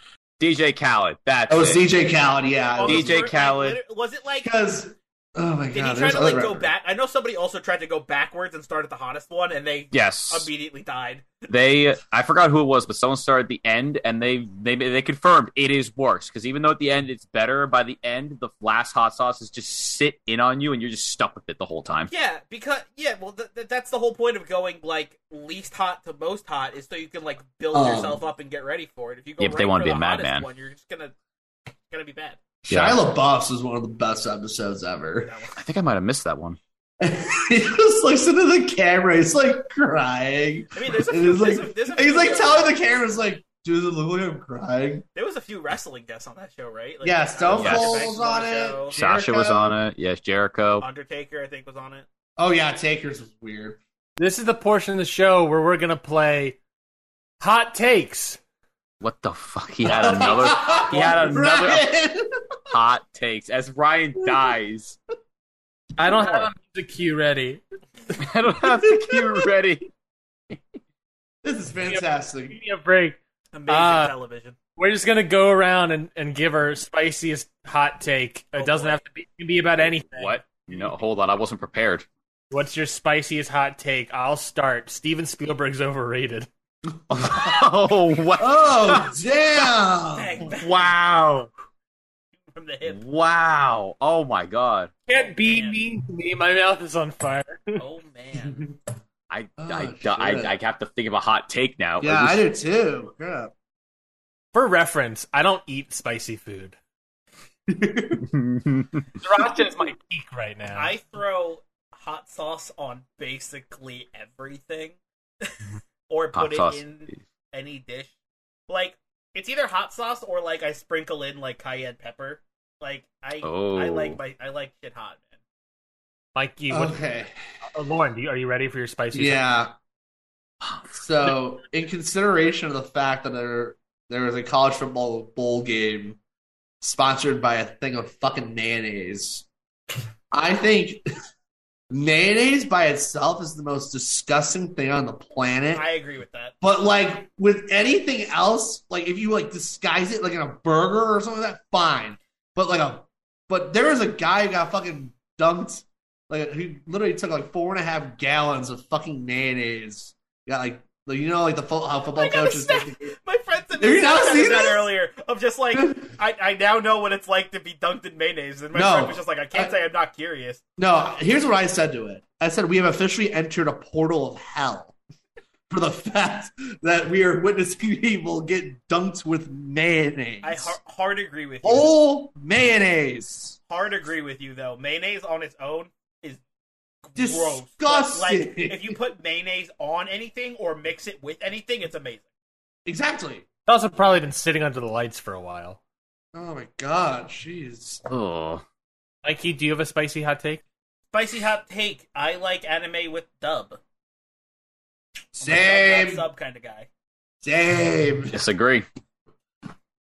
Speaker 4: DJ Khaled. That's
Speaker 2: That was
Speaker 4: it.
Speaker 2: DJ Khaled, yeah.
Speaker 3: On the
Speaker 4: DJ
Speaker 3: first-
Speaker 4: Khaled.
Speaker 3: like, liter- was it like
Speaker 2: because oh my
Speaker 3: Oh, did
Speaker 2: god,
Speaker 3: he try
Speaker 2: there's
Speaker 3: to
Speaker 2: other
Speaker 3: like go
Speaker 2: rappers.
Speaker 3: back? I know somebody also tried to go backwards and start at the hottest one, and they
Speaker 4: Yes,
Speaker 3: immediately died.
Speaker 4: they. I forgot who it was, but someone started at the end, and they they they confirmed it is worse because even though at the end it's better, by the end the last hot sauce is just sit in on you, and you're just stuck with it the whole time.
Speaker 3: Yeah, because yeah, well, th- th- that's the whole point of going like least hot to most hot is so you can like build
Speaker 2: Um,
Speaker 3: yourself up and get ready for it. If you go
Speaker 4: Yeah, but they
Speaker 3: right
Speaker 4: wanna
Speaker 3: for
Speaker 4: be
Speaker 3: the
Speaker 4: a madman.
Speaker 3: hottest one, you're just gonna gonna be bad.
Speaker 4: Yeah.
Speaker 2: Shia LaBeouf's is one of the best episodes ever.
Speaker 3: That one.
Speaker 4: I think I might have missed that one.
Speaker 2: he just looks into the camera. He's like crying.
Speaker 3: I mean, there's a
Speaker 2: It
Speaker 3: few.
Speaker 2: is like-
Speaker 3: there's a, there's a
Speaker 2: He's
Speaker 3: few-
Speaker 2: like telling the camera, "It's like, dude, does it look like I'm crying?"
Speaker 3: There was a few wrestling guests on that show, right? Like,
Speaker 2: yeah, Stone
Speaker 4: Yes.
Speaker 2: Cold
Speaker 3: Banks
Speaker 2: was on it.
Speaker 3: show.
Speaker 4: Sasha was on it. Yes, Jericho.
Speaker 3: Undertaker, I think, was on it.
Speaker 2: Oh yeah, Takers was weird.
Speaker 1: This is the portion of the show where we're gonna play hot takes.
Speaker 4: What the fuck? He had another he had another-
Speaker 2: Ryan!
Speaker 4: hot takes as Ryan dies.
Speaker 1: I don't have the cue ready.
Speaker 4: I don't have the cue ready.
Speaker 2: This is
Speaker 1: Give
Speaker 2: fantastic.
Speaker 1: me a break.
Speaker 3: Amazing
Speaker 4: Uh,
Speaker 1: Ah.
Speaker 3: television.
Speaker 1: We're just gonna go around and, and give our spiciest hot take. It
Speaker 3: Oh,
Speaker 1: doesn't
Speaker 3: boy.
Speaker 1: have to be, it can be about anything.
Speaker 4: What? No, hold on. I wasn't prepared.
Speaker 1: What's your spiciest hot take? I'll start. Steven Spielberg's overrated.
Speaker 4: oh, wow.
Speaker 2: Oh damn!
Speaker 4: oh,
Speaker 3: Dang, back
Speaker 1: Wow.
Speaker 3: from the hip.
Speaker 4: Wow. Oh, my God.
Speaker 1: Can't be
Speaker 3: Man.
Speaker 1: mean to me. My mouth is on fire.
Speaker 3: Oh man,
Speaker 4: I,
Speaker 2: Oh,
Speaker 4: I,
Speaker 2: shit.
Speaker 4: I, I have to think of a hot take now. It
Speaker 2: Yeah,
Speaker 4: was-
Speaker 2: I do too. Yeah.
Speaker 1: For reference, I don't eat spicy food. Sriracha is my peak right now.
Speaker 3: I throw hot sauce on basically everything, or put
Speaker 4: hot
Speaker 3: it
Speaker 4: sauce.
Speaker 3: in any dish. Like it's either hot sauce or like I sprinkle in like cayenne pepper. Like I,
Speaker 4: Oh.
Speaker 3: I like my, I like shit hot, man.
Speaker 1: Mikey, what,
Speaker 2: Okay.
Speaker 1: oh, Lauren, do you, are you ready for your spicy?
Speaker 2: Uh, Yeah. So, in consideration of the fact that there there was a college football bowl game sponsored by a thing of fucking mayonnaise, I think mayonnaise by itself is the most disgusting thing on the planet.
Speaker 3: I agree with that.
Speaker 2: But like with anything else, like if you like disguise it like in a burger or something like that, fine. But like a but there was a guy who got fucking dunked like who literally took like four and a half gallons of fucking mayonnaise. Got like like, you know like the fo- how football
Speaker 3: I gotta
Speaker 2: coaches
Speaker 3: say- My friend said
Speaker 2: Have you
Speaker 3: this,
Speaker 2: not
Speaker 3: said
Speaker 2: seen
Speaker 3: that
Speaker 2: this?
Speaker 3: earlier of just like I, I now know what it's like to be dunked in mayonnaise, and my
Speaker 2: No.
Speaker 3: friend was just like, I can't
Speaker 2: I-
Speaker 3: say I'm not curious.
Speaker 2: No, here's what I said to it. I said we have officially entered a portal of hell for the fact that we are witnessing people get dunked with mayonnaise.
Speaker 3: I har- hard agree with you.
Speaker 2: Whole mayonnaise.
Speaker 3: Hard agree with you though. Mayonnaise on its own is gross. But,
Speaker 2: Disgusting.
Speaker 3: Like if you put mayonnaise on anything or mix it with anything, it's amazing.
Speaker 2: Exactly.
Speaker 1: It's also probably been sitting under the lights for a while.
Speaker 2: Oh my god, jeez.
Speaker 4: oh.
Speaker 1: Mikey, do you have a spicy hot take?
Speaker 3: Spicy hot take. I like anime with dub. I'm a dub, not
Speaker 2: Same,
Speaker 3: sub kind of guy.
Speaker 2: same.
Speaker 4: Disagree.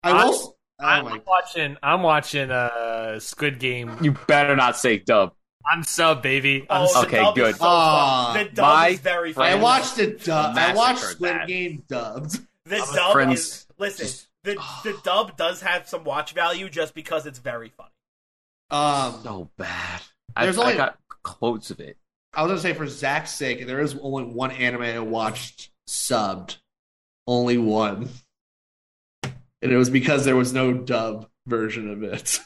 Speaker 2: I will. s- Oh
Speaker 1: I'm
Speaker 2: my.
Speaker 1: watching. I'm watching uh, Squid Game.
Speaker 4: You better not say dub.
Speaker 1: I'm sub, baby. I'm
Speaker 3: Oh,
Speaker 1: sub.
Speaker 3: the
Speaker 4: Okay,
Speaker 3: dub
Speaker 4: good.
Speaker 3: Is so fun.
Speaker 2: Ah,
Speaker 3: the dub
Speaker 4: my
Speaker 3: is very
Speaker 4: friend
Speaker 2: I
Speaker 3: fun.
Speaker 2: watched it. Du- I watched
Speaker 4: massacred
Speaker 2: Squid
Speaker 4: that.
Speaker 2: Game dubbed.
Speaker 3: The
Speaker 4: I'm a
Speaker 3: dub
Speaker 4: friend's-
Speaker 3: is listen.
Speaker 4: just-
Speaker 3: the
Speaker 2: Ah.
Speaker 3: the dub does have some watch value just because it's very funny.
Speaker 2: Um,
Speaker 4: so bad. I,
Speaker 2: There's
Speaker 4: I
Speaker 2: only-
Speaker 4: got quotes of it.
Speaker 2: I was gonna say for Zach's sake, there is only one anime I watched subbed, only one, and it was because there was no dub version of it.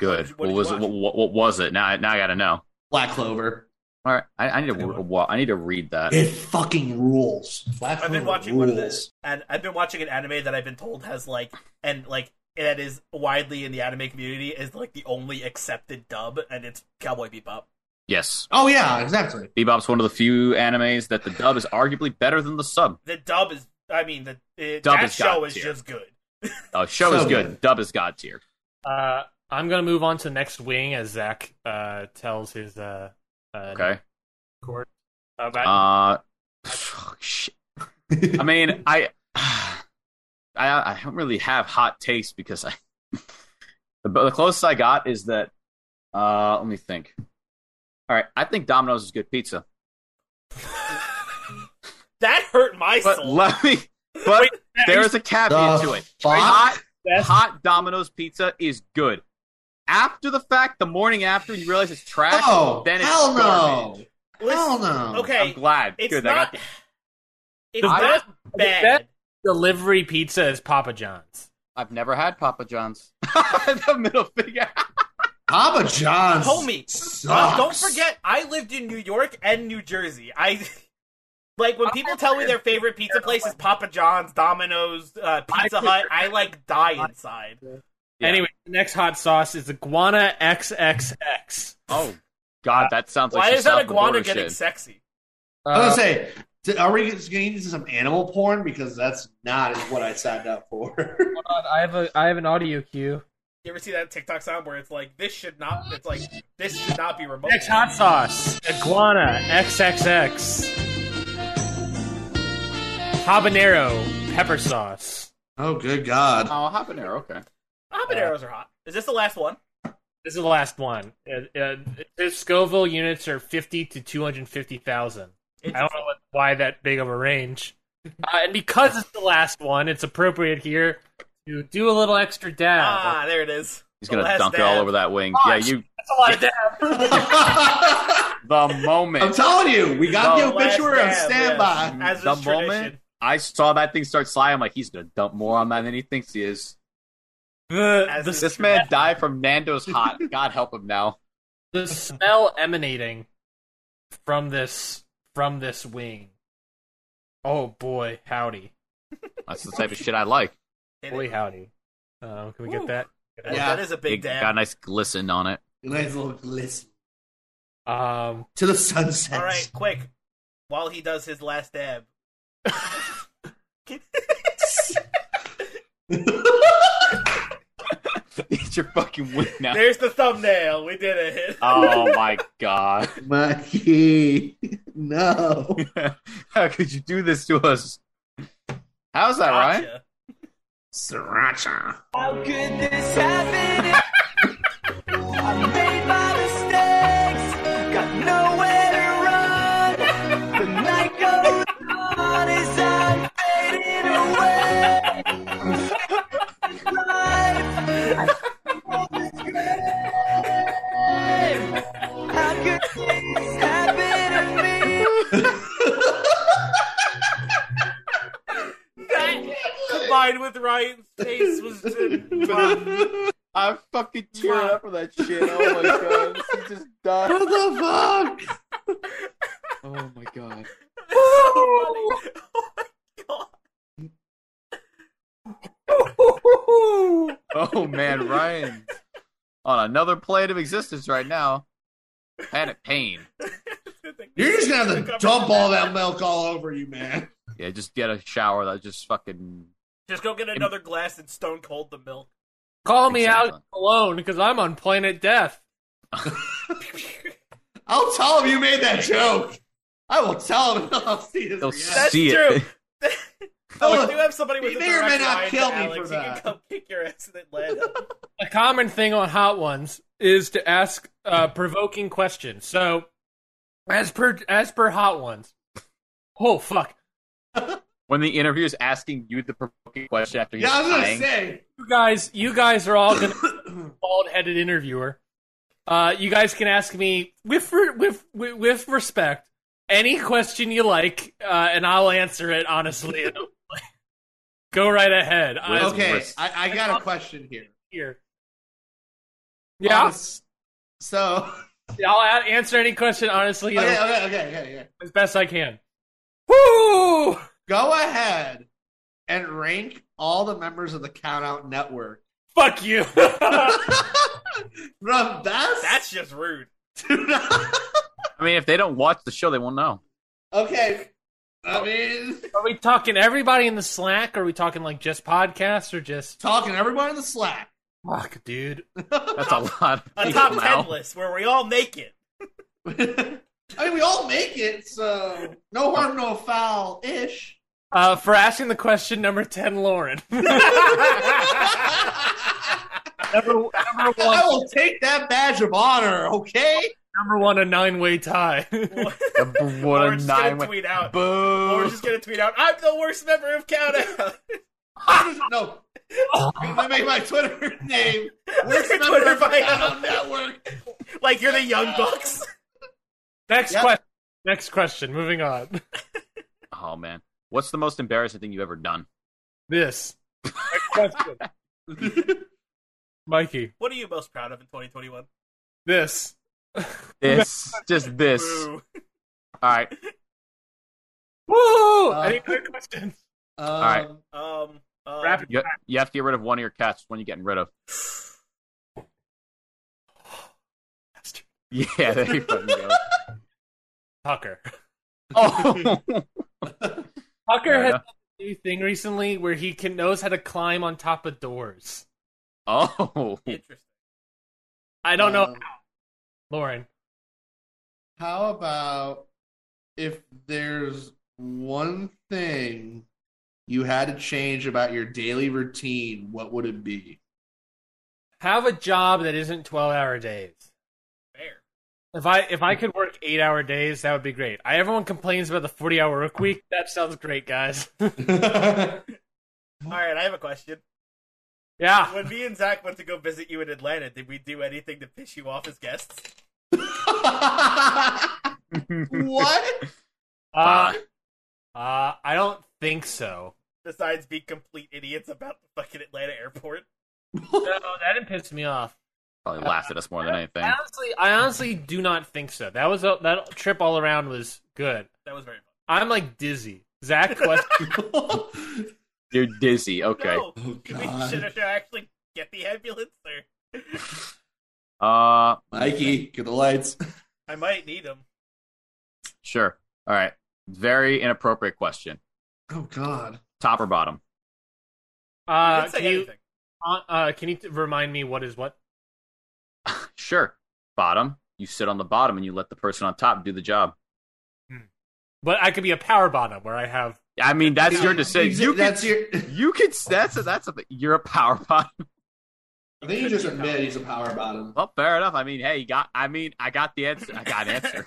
Speaker 4: Good.
Speaker 3: What
Speaker 4: What,
Speaker 3: did
Speaker 4: was
Speaker 3: you
Speaker 4: it?
Speaker 3: watch?
Speaker 4: What, what, what was it? Now, I- now I gotta know.
Speaker 2: Black Clover.
Speaker 4: All right, I, I need to.
Speaker 1: Anyway.
Speaker 4: wa- I need to read that.
Speaker 2: It fucking rules.
Speaker 3: I've
Speaker 2: Black Clover
Speaker 3: been watching
Speaker 2: rules.
Speaker 3: one of the and I've been watching an anime that I've been told has like and like that is widely in the anime community is like the only accepted dub, and it's Cowboy Bebop.
Speaker 4: Yes,
Speaker 2: Oh yeah, exactly.
Speaker 4: Bebop's one of the few animes that the dub is arguably better than the sub.
Speaker 3: The dub is, I mean, the it,
Speaker 4: Dub
Speaker 3: that
Speaker 4: is
Speaker 3: show
Speaker 4: God
Speaker 3: is
Speaker 4: tier.
Speaker 3: just good.
Speaker 4: Uh, show is
Speaker 2: So
Speaker 4: good.
Speaker 2: good.
Speaker 4: Dub is god tier.
Speaker 1: Uh, I'm gonna move on to the next wing as Zach uh, tells his uh, uh,
Speaker 4: Okay.
Speaker 1: court about
Speaker 4: Uh, fuck, shit. I mean, I, I, I don't really have hot takes because I. The, the closest I got is that. Uh, let me think. All right, I think Domino's is good pizza,
Speaker 3: that hurt my
Speaker 4: but
Speaker 3: soul.
Speaker 4: let me. But there is a caveat to
Speaker 2: The
Speaker 4: it.
Speaker 2: fuck?
Speaker 4: Hot,
Speaker 1: That's-
Speaker 4: hot Domino's pizza is good. After the fact, the morning after, you realize it's trash.
Speaker 2: Oh
Speaker 4: then it's
Speaker 2: hell
Speaker 4: garbage.
Speaker 2: no! Hell no!
Speaker 3: okay,
Speaker 4: I'm glad.
Speaker 3: it's
Speaker 4: good. I
Speaker 3: not.
Speaker 4: got the-
Speaker 3: It's
Speaker 1: The
Speaker 3: not bad.
Speaker 1: best delivery pizza is Papa John's.
Speaker 4: I've never had Papa John's. the middle finger.
Speaker 2: Papa John's.
Speaker 3: Homie,
Speaker 2: sucks.
Speaker 3: don't forget, I lived in New York and New Jersey. I like when people tell me their favorite pizza place is Papa John's, Domino's, uh, Pizza Hut. I like die inside.
Speaker 4: Yeah.
Speaker 1: Anyway, the next hot sauce is Iguana XXX.
Speaker 4: Oh God, that sounds like
Speaker 3: Why
Speaker 4: some
Speaker 3: is that
Speaker 4: South
Speaker 3: iguana
Speaker 4: Dakota
Speaker 3: getting
Speaker 4: shit.
Speaker 3: sexy?
Speaker 2: I
Speaker 1: Uh,
Speaker 2: was gonna say, d- are we just getting into some animal porn? Because that's not what I signed up for.
Speaker 1: hold on, I have a I have an audio cue.
Speaker 3: You ever see that TikTok sound where it's like this should not? It's like this should not be remote.
Speaker 1: Next hot sauce, Iguana XXX. Habanero pepper sauce.
Speaker 2: oh, good God!
Speaker 4: Oh, habanero. Okay.
Speaker 3: Habaneros are hot. Is this the last one?
Speaker 1: This is the last one. Uh, uh, the Scoville units are fifty to two hundred fifty thousand. I don't know what, why that big of a range. Uh, and because it's the last one, it's appropriate here to do a little extra dab.
Speaker 3: Ah, there it is.
Speaker 4: He's
Speaker 3: The
Speaker 4: gonna
Speaker 3: last
Speaker 4: dunk it all
Speaker 3: dab.
Speaker 4: over that wing.
Speaker 1: Oh,
Speaker 4: yeah, you.
Speaker 1: That's a lot of dab.
Speaker 2: I'm
Speaker 4: The moment
Speaker 2: telling you, we got the
Speaker 4: The
Speaker 3: last
Speaker 2: obituary on
Speaker 3: dab,
Speaker 2: standby.
Speaker 3: yes. As
Speaker 4: The
Speaker 3: is tradition.
Speaker 4: moment- I saw that thing start sliding, I'm like, he's gonna dump more on that than he thinks he is.
Speaker 1: The,
Speaker 3: As
Speaker 1: the,
Speaker 3: is
Speaker 4: This man died from Nando's hot. God help him now.
Speaker 1: the smell emanating from this from this wing. Oh boy, howdy,
Speaker 4: That's the type of shit I like.
Speaker 3: Hit
Speaker 1: boy
Speaker 3: it.
Speaker 1: howdy. Um, can we
Speaker 3: Woo.
Speaker 1: get that?
Speaker 3: That-
Speaker 2: Yeah.
Speaker 3: that is a
Speaker 4: It
Speaker 3: big
Speaker 4: got a
Speaker 3: dab.
Speaker 4: nice glisten on it.
Speaker 2: Nice little glisten
Speaker 1: Um,
Speaker 2: to the sunset.
Speaker 3: All right, quick. While he does his last dab,
Speaker 4: It's your fucking wing now.
Speaker 3: there's the thumbnail. We did it.
Speaker 4: Oh my god.
Speaker 2: Mikey, no.
Speaker 4: How could you do this to us? How's that, Ryan?
Speaker 3: Gotcha.
Speaker 2: Sriracha.
Speaker 5: How could this happen? I made my mistakes, got nowhere to run. The night goes on as I'm fading away. How could this happen to me?
Speaker 3: That combined with Ryan's face was just.
Speaker 4: I'm fucking tearing up for that shit. Oh my god. She just died.
Speaker 2: What the fuck?
Speaker 4: Oh my god.
Speaker 3: oh my god!
Speaker 4: Oh man, Ryan. On another plane of existence right now. Panic pain.
Speaker 2: You're just gonna have to dump all that milk all over you, man.
Speaker 4: Yeah, just get a shower that just fucking
Speaker 3: Just go get another glass and stone cold the milk.
Speaker 1: Call me
Speaker 4: Exactly.
Speaker 1: out alone because I'm on planet death.
Speaker 2: Oh, I'll tell him you made that joke. I will tell him. and I'll see his
Speaker 4: They'll
Speaker 2: reaction.
Speaker 3: That's
Speaker 4: see
Speaker 3: true.
Speaker 4: it.
Speaker 3: Oh,
Speaker 2: Oh,
Speaker 3: we do have somebody with
Speaker 2: you
Speaker 3: a
Speaker 2: may or may
Speaker 3: direct
Speaker 2: not
Speaker 3: line
Speaker 2: kill
Speaker 3: to
Speaker 2: me
Speaker 3: Alex.
Speaker 2: for
Speaker 3: you
Speaker 2: that.
Speaker 3: can come kick your ass in Atlanta.
Speaker 1: A common thing on hot ones is to ask uh, provoking questions. So, as per as per hot ones, oh fuck,
Speaker 4: when the interviewer is asking you the provoking question after he's
Speaker 2: Yeah, I was gonna
Speaker 4: dying.
Speaker 2: say.
Speaker 1: You guys, you guys are all gonna be a bald-headed interviewer. Uh, you guys can ask me with re- with with, with respect any question you like, uh, and I'll answer it honestly. and openly. Go right ahead. I'm
Speaker 4: Well,
Speaker 2: Okay,
Speaker 4: worse.
Speaker 2: I, I got a question here.
Speaker 1: here. Yeah,
Speaker 2: Honest- So
Speaker 1: I'll a- answer any question honestly you know,
Speaker 2: okay, okay, okay, okay, okay.
Speaker 1: as best I can. Woo!
Speaker 2: Go ahead and rank all the members of the Countout Network
Speaker 1: Fuck you.
Speaker 2: from best
Speaker 3: That's just rude.
Speaker 2: to not.
Speaker 4: I mean, if they don't watch the show, they won't know.
Speaker 2: Okay, I
Speaker 1: Oh.
Speaker 2: mean,
Speaker 1: are we talking everybody in the Slack? Are we talking like just podcasts or just
Speaker 2: talking to everyone in the Slack.
Speaker 1: fuck, dude?
Speaker 4: That's a lot. Of
Speaker 3: A
Speaker 4: people
Speaker 3: top
Speaker 4: now.
Speaker 3: ten list where we all make it.
Speaker 2: I mean, we all make it, so no harm, no foul, ish.
Speaker 1: Uh, for asking the question number ten, Lauren.
Speaker 2: I
Speaker 1: number, number one,
Speaker 2: will take that badge of honor. Okay.
Speaker 1: number one, a nine-way tie.
Speaker 4: What a
Speaker 3: Lauren's just
Speaker 4: nine.
Speaker 3: gonna tweet out. Lauren's
Speaker 4: Boo.
Speaker 3: just gonna tweet out. I'm the worst member of Countdown.
Speaker 2: No. I made my Twitter name.
Speaker 3: Where's your
Speaker 2: Member
Speaker 3: Twitter
Speaker 2: of
Speaker 3: bio?
Speaker 2: Countout Network.
Speaker 3: Like you're the Young Bucks.
Speaker 1: Next
Speaker 2: Yep.
Speaker 1: question. Next question. Moving on.
Speaker 4: Oh man, what's the most embarrassing thing you've ever done?
Speaker 1: This next question, Mikey.
Speaker 3: What are you most proud of in 2021?
Speaker 1: This.
Speaker 4: This, just this.
Speaker 3: Boo.
Speaker 4: All right,
Speaker 1: Woo!
Speaker 2: Uh,
Speaker 1: any other questions?
Speaker 2: Um,
Speaker 4: right.
Speaker 3: Um. um,
Speaker 1: Rapid.
Speaker 4: you, you have to get rid of one of your cats. When you getting rid of? Yeah, there you fucking go.
Speaker 1: Tucker.
Speaker 4: Oh,
Speaker 1: Tucker
Speaker 4: Fair
Speaker 1: has
Speaker 4: enough.
Speaker 1: a new thing recently where he can knows how to climb on top of doors.
Speaker 4: oh,
Speaker 3: Interesting.
Speaker 1: I don't
Speaker 3: Uh,
Speaker 1: know,
Speaker 2: um,
Speaker 1: Lauren.
Speaker 2: How about if there's one thing you had to change about your daily routine, what would it be?
Speaker 1: Have a job that isn't twelve-hour days.
Speaker 3: Fair.
Speaker 1: If I if I could work eight-hour days, that would be great. I, everyone complains about the forty-hour work week. That sounds great, guys.
Speaker 3: All right, I have a question.
Speaker 1: yeah.
Speaker 3: When me and Zach went to go visit you in Atlanta, did we do anything to piss you off as guests?
Speaker 2: what?
Speaker 1: Uh, uh, I don't think so.
Speaker 3: Besides be complete idiots about the fucking Atlanta airport.
Speaker 1: No, that didn't piss me off.
Speaker 4: probably laughed at us more than anything.
Speaker 1: I honestly, I honestly do not think so. That was a, that trip all around was good.
Speaker 3: That was very fun.
Speaker 1: I'm like dizzy. Zach, question.
Speaker 2: oh,
Speaker 4: You're dizzy. Okay.
Speaker 3: No, we should
Speaker 2: God.
Speaker 3: have actually get the ambulance there.
Speaker 4: Uh,
Speaker 2: Mikey, get the lights.
Speaker 3: I might need them.
Speaker 4: sure. All right. Very inappropriate question.
Speaker 2: Oh, God.
Speaker 4: Top or bottom?
Speaker 1: Uh,
Speaker 3: Didn't say
Speaker 1: can you
Speaker 3: anything.
Speaker 1: uh, uh, can you t- remind me what is what?
Speaker 4: Sure. Bottom. You sit on the bottom and you let the person on top do the job.
Speaker 1: But I could be a power bottom where I have.
Speaker 4: I mean, that's your
Speaker 2: Exa-
Speaker 4: decision. You can.
Speaker 2: that's your.
Speaker 4: You could. That's a, that's a. You're a power bottom.
Speaker 2: I think you just admit he's a power bottom.
Speaker 4: Well, fair enough. I mean, hey, you got. I mean, I got the answer. I got an answer.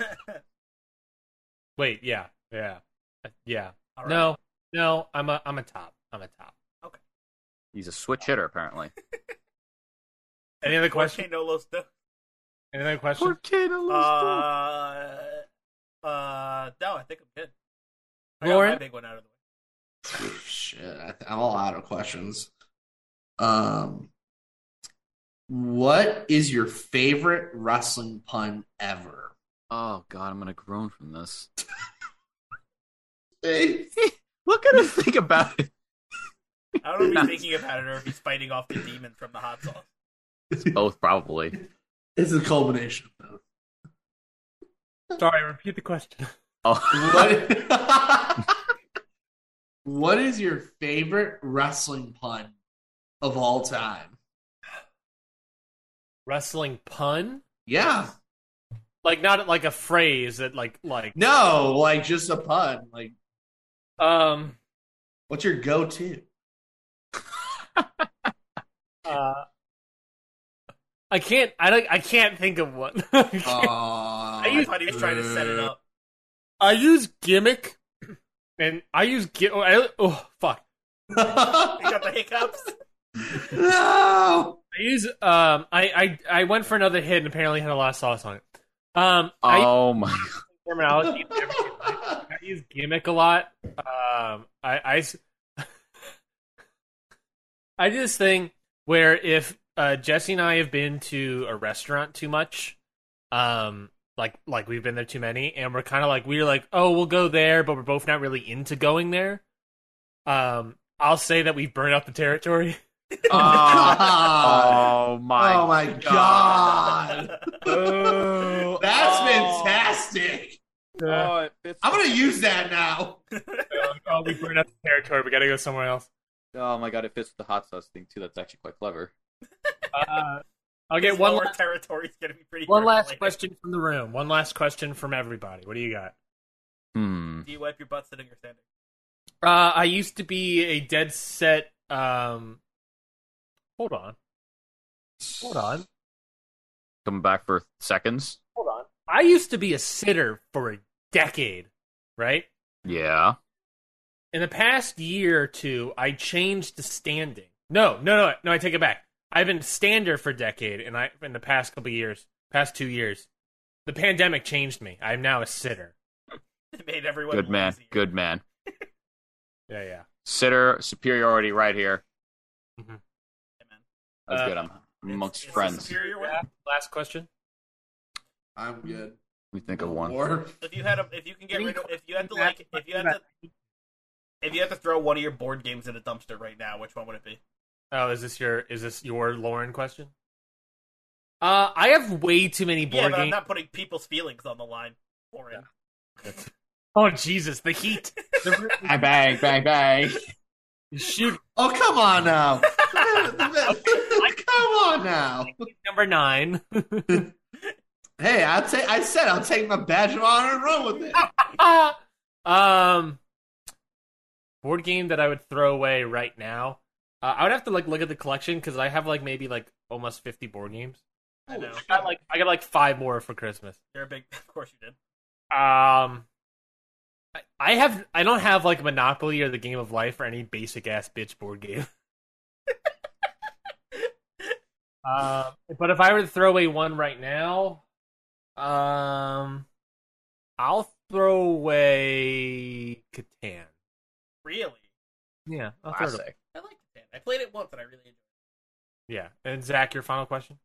Speaker 1: Wait, yeah, yeah, Uh, yeah.
Speaker 3: All right.
Speaker 1: No, no, I'm a I'm a top. I'm a top.
Speaker 4: He's a switch hitter, apparently.
Speaker 1: Any other question?
Speaker 3: Volcano Los Dos.
Speaker 1: Any other question?
Speaker 4: Poor kid, I lost him.
Speaker 3: Uh, uh, no, I think I'm good. I
Speaker 1: Lauren?
Speaker 3: got my big one out of the way.
Speaker 2: Shit, I- I'm all out of questions. Um, what is your favorite wrestling pun ever?
Speaker 4: Oh God, I'm gonna groan from this.
Speaker 2: Hey,
Speaker 4: Look at him think about it.
Speaker 3: I don't know if he's thinking about it or if he's fighting off the demon from the hot sauce.
Speaker 4: Both probably.
Speaker 2: It's a culmination. of
Speaker 1: Sorry, repeat the question.
Speaker 4: Oh,
Speaker 2: What? what is your favorite wrestling pun of all time?
Speaker 1: Wrestling pun?
Speaker 2: Yeah,
Speaker 1: Like not like a phrase that like like
Speaker 2: no, like just a pun. Like,
Speaker 1: um
Speaker 2: what's your go-to?
Speaker 1: uh. I can't. I don't. I can't think of one.
Speaker 2: Uh,
Speaker 3: I thought he was trying to set it up.
Speaker 1: I use gimmick and I use Gil. I, oh fuck!
Speaker 3: You got the hiccups.
Speaker 2: no.
Speaker 1: I use um. I I I went for another hit and apparently had a lot of sauce on it. Um. I use
Speaker 4: Oh my!
Speaker 1: terminology. I use gimmick a lot. Um, I, I s- I do this thing where if uh, Jesse and I have been to a restaurant too much, um, like like we've been there too many, and we're kind of like we're like, oh, we'll go there, but we're both not really into going there. Um, I'll say that we've burned out the territory.
Speaker 4: Oh,
Speaker 2: God.
Speaker 4: oh my!
Speaker 2: Oh my god.
Speaker 4: Oh.
Speaker 2: That's
Speaker 4: Oh.
Speaker 2: fantastic.
Speaker 1: Uh,
Speaker 4: Oh, it fits.
Speaker 2: I'm gonna use that now.
Speaker 1: oh, we burned out the territory. We gotta go somewhere else.
Speaker 4: Oh my god! It fits with the hot sauce thing too. That's actually quite clever.
Speaker 1: Uh, I'll get one
Speaker 3: Lower
Speaker 1: last,
Speaker 3: territory's gonna be pretty.
Speaker 1: one
Speaker 3: dark
Speaker 1: last
Speaker 3: later.
Speaker 1: question from the room. One last question from everybody. What do you got?
Speaker 4: Hmm.
Speaker 3: Do you wipe your butt sitting or standing?
Speaker 1: Uh, I used to be a dead set. Um, hold on, hold on,
Speaker 4: Coming back for seconds.
Speaker 1: hold on. I used to be a sitter for a decade, right?
Speaker 4: Yeah.
Speaker 1: In the past year or two, I changed to standing. No, no, no, no. I take it back. I've been stander for a decade, and I in the past couple years, past two years, the pandemic changed me. I'm now a sitter.
Speaker 3: It made everyone
Speaker 4: Good man.
Speaker 3: lazy.
Speaker 4: Good man.
Speaker 1: Yeah, yeah.
Speaker 4: Sitter superiority right here.
Speaker 1: Mhm.
Speaker 4: That's
Speaker 1: Uh,
Speaker 4: good. I'm
Speaker 3: It's-
Speaker 4: amongst
Speaker 3: it's the
Speaker 4: friends.
Speaker 3: superior way.
Speaker 1: Last question.
Speaker 2: I'm good.
Speaker 4: We think of one.
Speaker 2: Or-
Speaker 3: If you had a, if you can get rid of, if you had to like, if you had to, if you had to throw one of your board games in a dumpster right now, which one would it be?
Speaker 1: Oh, is this your is this your Lauren question? Uh, I have way too many
Speaker 3: Yeah,
Speaker 1: board
Speaker 3: but I'm
Speaker 1: games.
Speaker 3: not putting people's feelings on the line. Lauren.
Speaker 1: Oh Jesus, the heat! The
Speaker 4: Bang! Bang! Bang!
Speaker 1: Shoot,
Speaker 2: Oh come on now. come on now.
Speaker 1: number nine.
Speaker 2: Hey, I'll take I said I'll take my badge of honor and run with it.
Speaker 1: Ah! um, board game that I would throw away right now. Uh, I would have to like look at the collection because I have like maybe like almost fifty board games.
Speaker 3: I know.
Speaker 1: I got like I got like five more for Christmas.
Speaker 3: You're a big. Of course you did.
Speaker 1: Um, I, I have I don't have like Monopoly or the Game of Life or any basic ass bitch board game. um, but if I were to throw away one right now, um, I'll throw away Catan.
Speaker 3: Really.
Speaker 1: Yeah, I'll throw it away.
Speaker 4: Classic.
Speaker 3: I like Catan. I played it once and I really enjoyed. it.
Speaker 1: Yeah, and Zach, your final question.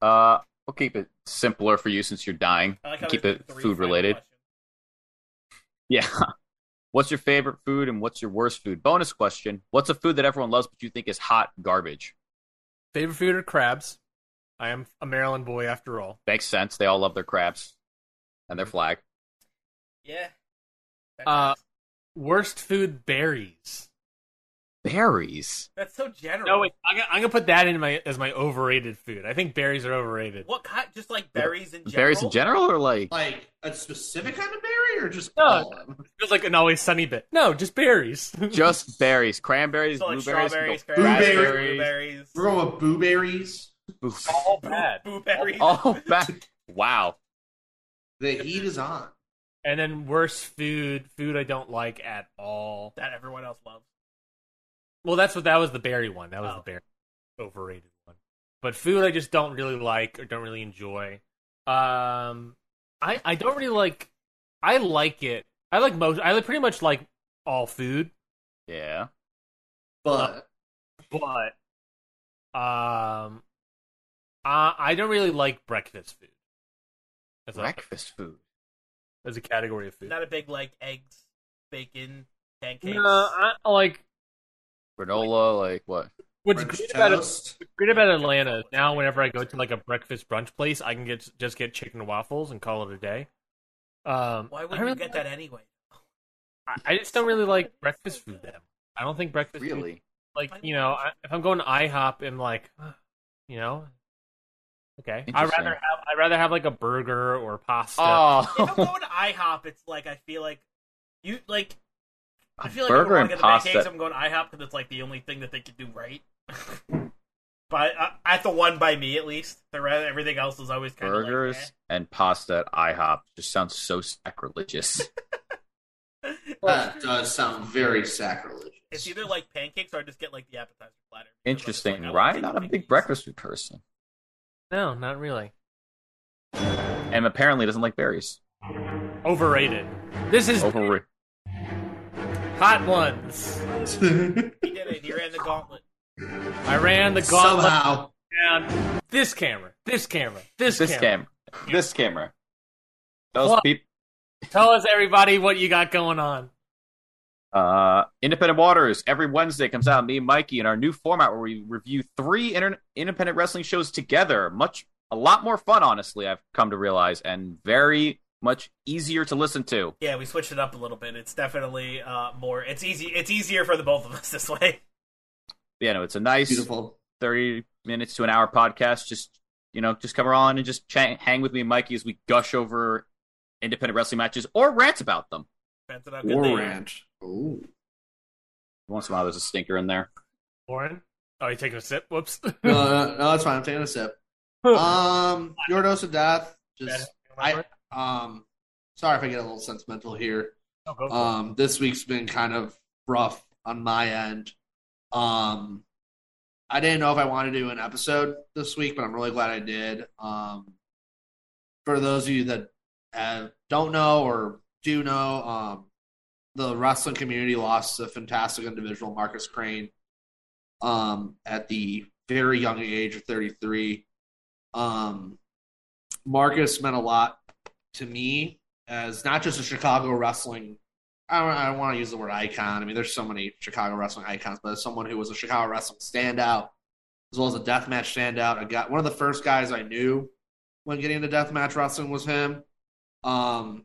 Speaker 4: Uh, we'll keep it simpler for you since you're dying.
Speaker 3: I like how
Speaker 4: keep
Speaker 3: there's
Speaker 4: it
Speaker 3: three
Speaker 4: food
Speaker 3: final
Speaker 4: related.
Speaker 3: questions.
Speaker 4: Yeah. What's your favorite food and what's your worst food? Bonus question: What's a food that everyone loves but you think is hot garbage?
Speaker 1: Favorite food are crabs. I am a Maryland boy after all.
Speaker 4: Makes sense. They all love their crabs
Speaker 3: Mm-hmm.
Speaker 4: and their flag.
Speaker 3: Yeah. That
Speaker 1: Uh,
Speaker 3: tracks.
Speaker 1: worst food berries.
Speaker 4: Berries.
Speaker 3: that's so general.
Speaker 1: No, wait. I'm gonna, I'm gonna put that in my as my overrated food. I think berries are overrated.
Speaker 3: What kind? Just like berries in general.
Speaker 4: Berries in general, or like
Speaker 2: Like a specific kind of berry or just
Speaker 1: No.
Speaker 2: all of them?
Speaker 1: It was like an always sunny bit. No, just berries.
Speaker 4: just berries, cranberries,
Speaker 3: So like
Speaker 4: blueberries,
Speaker 3: strawberries,
Speaker 4: no,
Speaker 3: cranberries,
Speaker 2: Blueberries.
Speaker 3: blueberries,
Speaker 2: We're going with blueberries.
Speaker 4: blueberries.
Speaker 1: all bad.
Speaker 3: blueberries.
Speaker 4: Oh, back. Wow.
Speaker 2: The heat is on.
Speaker 1: And then worst food, food I don't like at all.
Speaker 3: that everyone else loves.
Speaker 1: Well, that's what that was the berry one. That was
Speaker 3: Oh.
Speaker 1: the berry overrated one. But food I just don't really like or don't really enjoy. Um, I I don't really like. I like it. I like most. I like pretty much like all food,
Speaker 4: Yeah.
Speaker 2: But
Speaker 1: but um, I I don't really like breakfast food. As a,
Speaker 4: Breakfast food.
Speaker 1: as a category of food.
Speaker 3: Not a big like eggs, bacon, pancakes.
Speaker 1: No, I, like
Speaker 4: Granola, like what?
Speaker 1: what's
Speaker 2: French
Speaker 1: great about, what's
Speaker 2: toast.
Speaker 1: great about Atlanta is now whenever I go to like a breakfast brunch place, I can get just get chicken and waffles and call it a day. Um,
Speaker 3: Why
Speaker 1: I
Speaker 3: would
Speaker 1: don't
Speaker 3: you
Speaker 1: really-
Speaker 3: get that anyway?
Speaker 1: I- I just don't really like breakfast food. Then I don't think breakfast food-
Speaker 4: Really?
Speaker 1: like you know I, if I'm going to IHOP, I'm like, "Ugh," you know, okay. I would
Speaker 4: Interesting.
Speaker 1: rather have I would rather have like a burger or pasta.
Speaker 3: If I'm
Speaker 4: Oh,
Speaker 3: going to IHOP, it's like I feel like you like. I feel like
Speaker 4: Burger
Speaker 3: I
Speaker 4: and
Speaker 3: get the
Speaker 4: pasta.
Speaker 3: pancakes. I'm going to IHOP because it's like the only thing that they could do right. but uh, at the one by me, at least, the rest, everything else is always kind of
Speaker 4: burgers and pasta at IHOP just sounds so sacrilegious.
Speaker 3: Like, eh.
Speaker 2: That does sound very sacrilegious.
Speaker 3: It's either like pancakes or I just get like the appetizer platter.
Speaker 4: Interesting,
Speaker 3: Like, I
Speaker 4: right?
Speaker 3: like
Speaker 4: Not a
Speaker 3: pancakes.
Speaker 4: big breakfast person,
Speaker 1: No, not really.
Speaker 4: and apparently doesn't like berries.
Speaker 1: Overrated. This is
Speaker 4: Overrated.
Speaker 1: hot ones.
Speaker 3: He did it. He ran the gauntlet.
Speaker 1: I ran the gauntlet
Speaker 2: Somehow.
Speaker 1: down. This camera. This camera. This,
Speaker 4: This
Speaker 1: camera.
Speaker 4: camera. This camera. Those
Speaker 1: What?
Speaker 4: people.
Speaker 1: Tell us everybody what you got going on.
Speaker 4: Uh, Independent Waters every Wednesday comes out. Me and Mikey in our new format where we review three inter- independent wrestling shows together. Much, a lot more fun, honestly. I've come to realize, and very much easier to listen to.
Speaker 3: Yeah, we switched it up a little bit. It's definitely uh, more. It's easy. It's easier for the both of us this way.
Speaker 4: You know, it's a nice
Speaker 2: Beautiful.
Speaker 4: thirty minutes to an hour podcast. Just you know, just come on and just cha- hang with me and Mikey as we gush over independent wrestling matches or rant about them.
Speaker 3: Depends on how good they
Speaker 2: War
Speaker 3: are.
Speaker 2: Ranch. Ooh.
Speaker 4: Once in a while, there's a stinker in there.
Speaker 1: Warren? Oh, you taking a sip? Whoops.
Speaker 2: No, no, no, that's fine. I'm taking a sip. Um, your dose of death. Just I- um, sorry if I get a little sentimental here.
Speaker 1: No, go for it.
Speaker 2: Um, this week's been kind of rough on my end. Um, I didn't know if I wanted to do an episode this week, but I'm really glad I did. Um, for those of you that have, don't know or do know, um, the wrestling community lost a fantastic individual, Marcus Crane, um, at the very young age of 33. Um, Marcus meant a lot to me as not just a Chicago wrestling. I don't, I don't want to use the word icon. I mean, there's so many Chicago wrestling icons, but as someone who was a Chicago wrestling standout, as well as a deathmatch standout, a guy, one of the first guys I knew when getting into deathmatch wrestling was him. Um,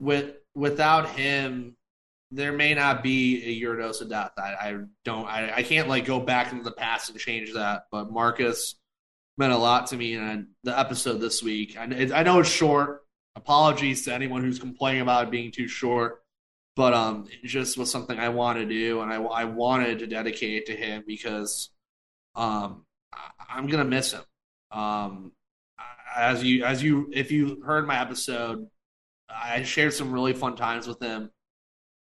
Speaker 2: with without him, there may not be a Eurodose of death. I, I don't. I, I can't like go back into the past and change that. But Marcus meant a lot to me, and the episode this week. I, I know it's short, apologies to anyone who's complaining about it being too short but um it just was something i wanted to do and i, I wanted to dedicate it to him because um I, i'm gonna miss him um as you as you if you heard my episode i shared some really fun times with him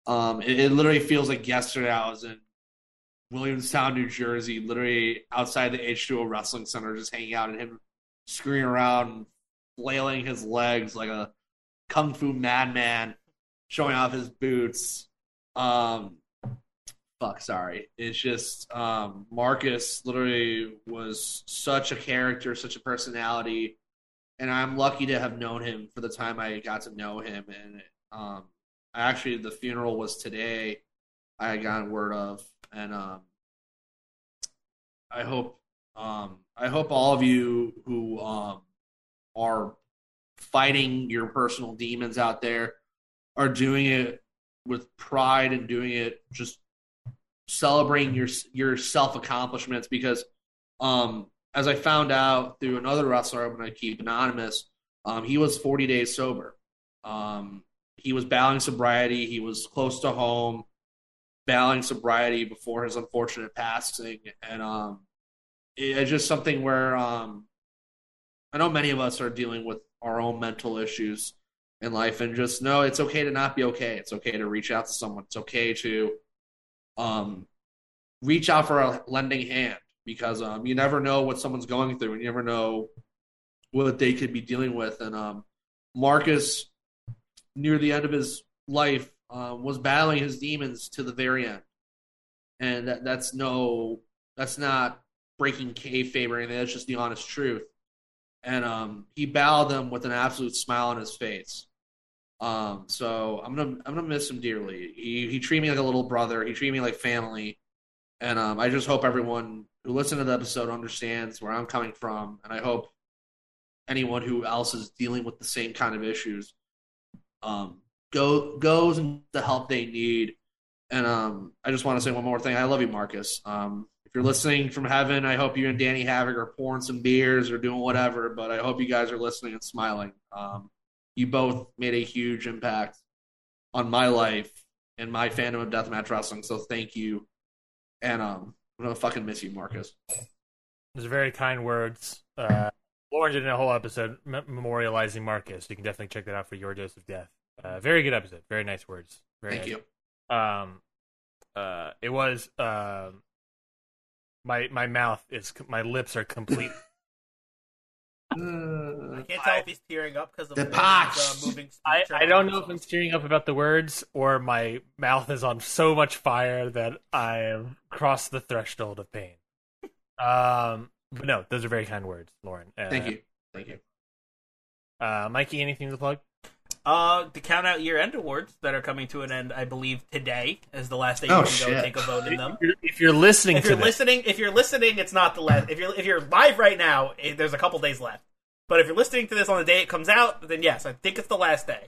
Speaker 2: um it, it literally feels like yesterday i was in williamstown new jersey literally outside the h2o wrestling center just hanging out and him screwing around flailing his legs like a kung fu madman, showing off his boots. Um, fuck, sorry. It's just um, Marcus literally was such a character, such a personality, and I'm lucky to have known him for the time I got to know him. And um, actually, the funeral was today. I had gotten word of, and um, I hope. Um, I hope all of you who um, are fighting your personal demons out there are doing it with pride and doing it just celebrating your your self accomplishments because um as i found out through another wrestler i'm going to keep anonymous um he was 40 days sober um he was battling sobriety he was close to home battling sobriety before his unfortunate passing and um it- it's just something where um I know many of us are dealing with our own mental issues in life, and just know it's okay to not be okay. It's okay to reach out to someone. It's okay to um, reach out for a lending hand because um, you never know what someone's going through, and you never know what they could be dealing with. And um, Marcus, near the end of his life, uh, was battling his demons to the very end, and that, that's no, that's not breaking kayfabe or anything. That's just the honest truth and um, he bowed them with an absolute smile on his face. Um, so I'm gonna I'm gonna miss him dearly. He he treated me like a little brother. He treated me like family, and um, I just hope everyone who listened to the episode understands where I'm coming from, and I hope anyone who else is dealing with the same kind of issues um, go goes and the help they need. And um, I just want to say one more thing. I love you, Marcus. Um, if you're listening from heaven, I hope you and Danny Havoc are pouring some beers or doing whatever. But I hope you guys are listening and smiling. Um, you both made a huge impact on my life and my fandom of deathmatch wrestling. So thank you. And um, I'm gonna fucking miss you, Marcus.
Speaker 1: Those are very kind words. Uh, Lauren did a whole episode mem- memorializing Marcus. You can definitely check that out for your dose of death. Uh, Uh, very good episode. Very nice words. Very
Speaker 2: Thank
Speaker 1: nice.
Speaker 2: you.
Speaker 1: Um, uh, it was. Um, my my mouth is c- my lips are complete.
Speaker 3: I
Speaker 2: Uh,
Speaker 3: can't tell if he's tearing up because of
Speaker 2: The
Speaker 3: Morgan's,
Speaker 2: pox.
Speaker 3: Uh, moving
Speaker 1: I,
Speaker 3: speech or
Speaker 1: I don't know
Speaker 3: not.
Speaker 1: if I'm tearing up about the words or my mouth is on so much fire that I have crossed the threshold of pain. Um, but no, those are very kind words, Lauren. Uh,
Speaker 2: Thank you. Thank you.
Speaker 1: uh, Mikey. Anything to plug?
Speaker 3: Uh, the count out year end awards that are coming to an end, I believe today is the last day you
Speaker 2: Oh,
Speaker 3: can go
Speaker 2: shit.
Speaker 3: take a vote in them.
Speaker 1: If you're, if you're listening
Speaker 3: If
Speaker 1: to
Speaker 3: you're
Speaker 1: this,
Speaker 3: listening, if you're listening, it's not the last. If you're if you're live right now, eh, there's a couple days left. But if you're listening to this on the day it comes out, then yes, I think it's the last day.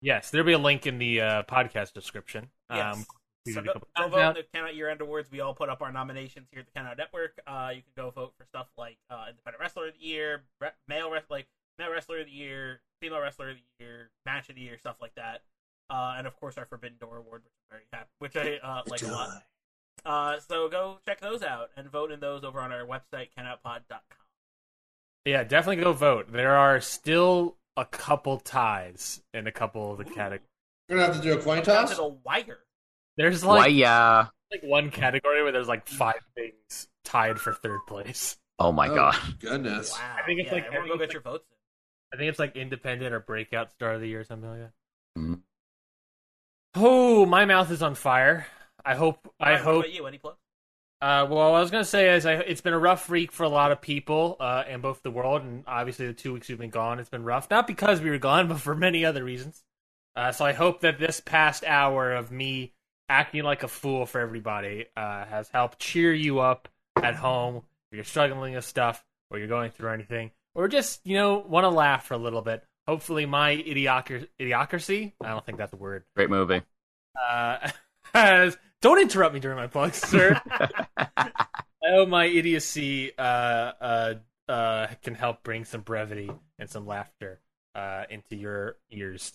Speaker 1: yes, there'll be a link in the uh, podcast description. Um,
Speaker 3: Yes.
Speaker 1: we
Speaker 3: so
Speaker 1: did a
Speaker 3: go,
Speaker 1: couple
Speaker 3: go
Speaker 1: times
Speaker 3: vote
Speaker 1: now.
Speaker 3: in the Count Out Year End Awards. We all put up our nominations here at the Count Out Network. Uh, you can go vote for stuff like uh, Independent Wrestler of the Year, re- Male Wrestler, like Male Wrestler of the Year, Female Wrestler of the Year, Match of the Year, stuff like that. Uh, and of course our Forbidden Door Award, which I'm very happy, which I uh, like a lot. Uh, so go check those out and vote in those over on our website, countoutpod.com.
Speaker 1: Yeah, definitely go vote. There are still a couple ties in a couple of the categories.
Speaker 2: We're gonna have to do a coin
Speaker 3: Down
Speaker 2: toss.
Speaker 3: to the wire.
Speaker 1: There's
Speaker 4: Why,
Speaker 1: like
Speaker 4: yeah.
Speaker 1: like one category where there's like five things tied for third place.
Speaker 4: Oh my
Speaker 2: Oh,
Speaker 4: god.
Speaker 2: Goodness.
Speaker 3: Wow.
Speaker 1: I think it's
Speaker 3: yeah,
Speaker 1: like- I
Speaker 3: everyone
Speaker 1: think
Speaker 3: go
Speaker 1: it's
Speaker 3: get
Speaker 1: like-
Speaker 3: your votes.
Speaker 1: I think it's like independent or breakout star of the year or something like that.
Speaker 4: Mm.
Speaker 1: Oh, my mouth is on fire. I hope. I
Speaker 3: Ryan, what
Speaker 1: hope.
Speaker 3: about you. Any plugs?
Speaker 1: Uh, well, what I was gonna say is, I, it's been a rough week for a lot of people uh, in both the world, and obviously the two weeks we've been gone, it's been rough. Not because we were gone, but for many other reasons. Uh, so I hope that this past hour of me acting like a fool for everybody uh, has helped cheer you up at home. If you're struggling with stuff, or you're going through anything, or just you know want to laugh for a little bit. Hopefully, my idiocr- idiocracy. I don't think that's a word.
Speaker 4: Great movie.
Speaker 1: Uh, don't interrupt me during my plugs, sir. I hope my idiocy uh, uh, uh, can help bring some brevity and some laughter uh, into your ears.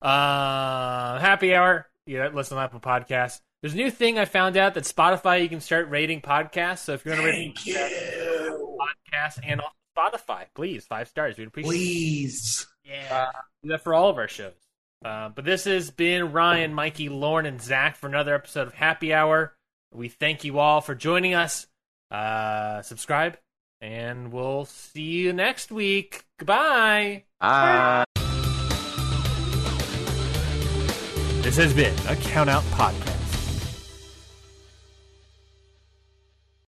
Speaker 1: Uh, happy hour. Yeah, listen on Apple Podcasts. There's a new thing I found out that Spotify you can start rating podcasts. So if you want to rate
Speaker 2: Thank you.
Speaker 1: podcasts and on Spotify, please five stars. We'd appreciate it.
Speaker 2: Please.
Speaker 3: Yeah.
Speaker 1: do that for all of our shows. Uh, but this has been Ryan, Mikey, Lauren, and Zach for another episode of Happy Hour. We thank you all for joining us. Uh, subscribe, and we'll see you next week. Goodbye.
Speaker 4: Bye.
Speaker 1: This has been a Count Out Podcast.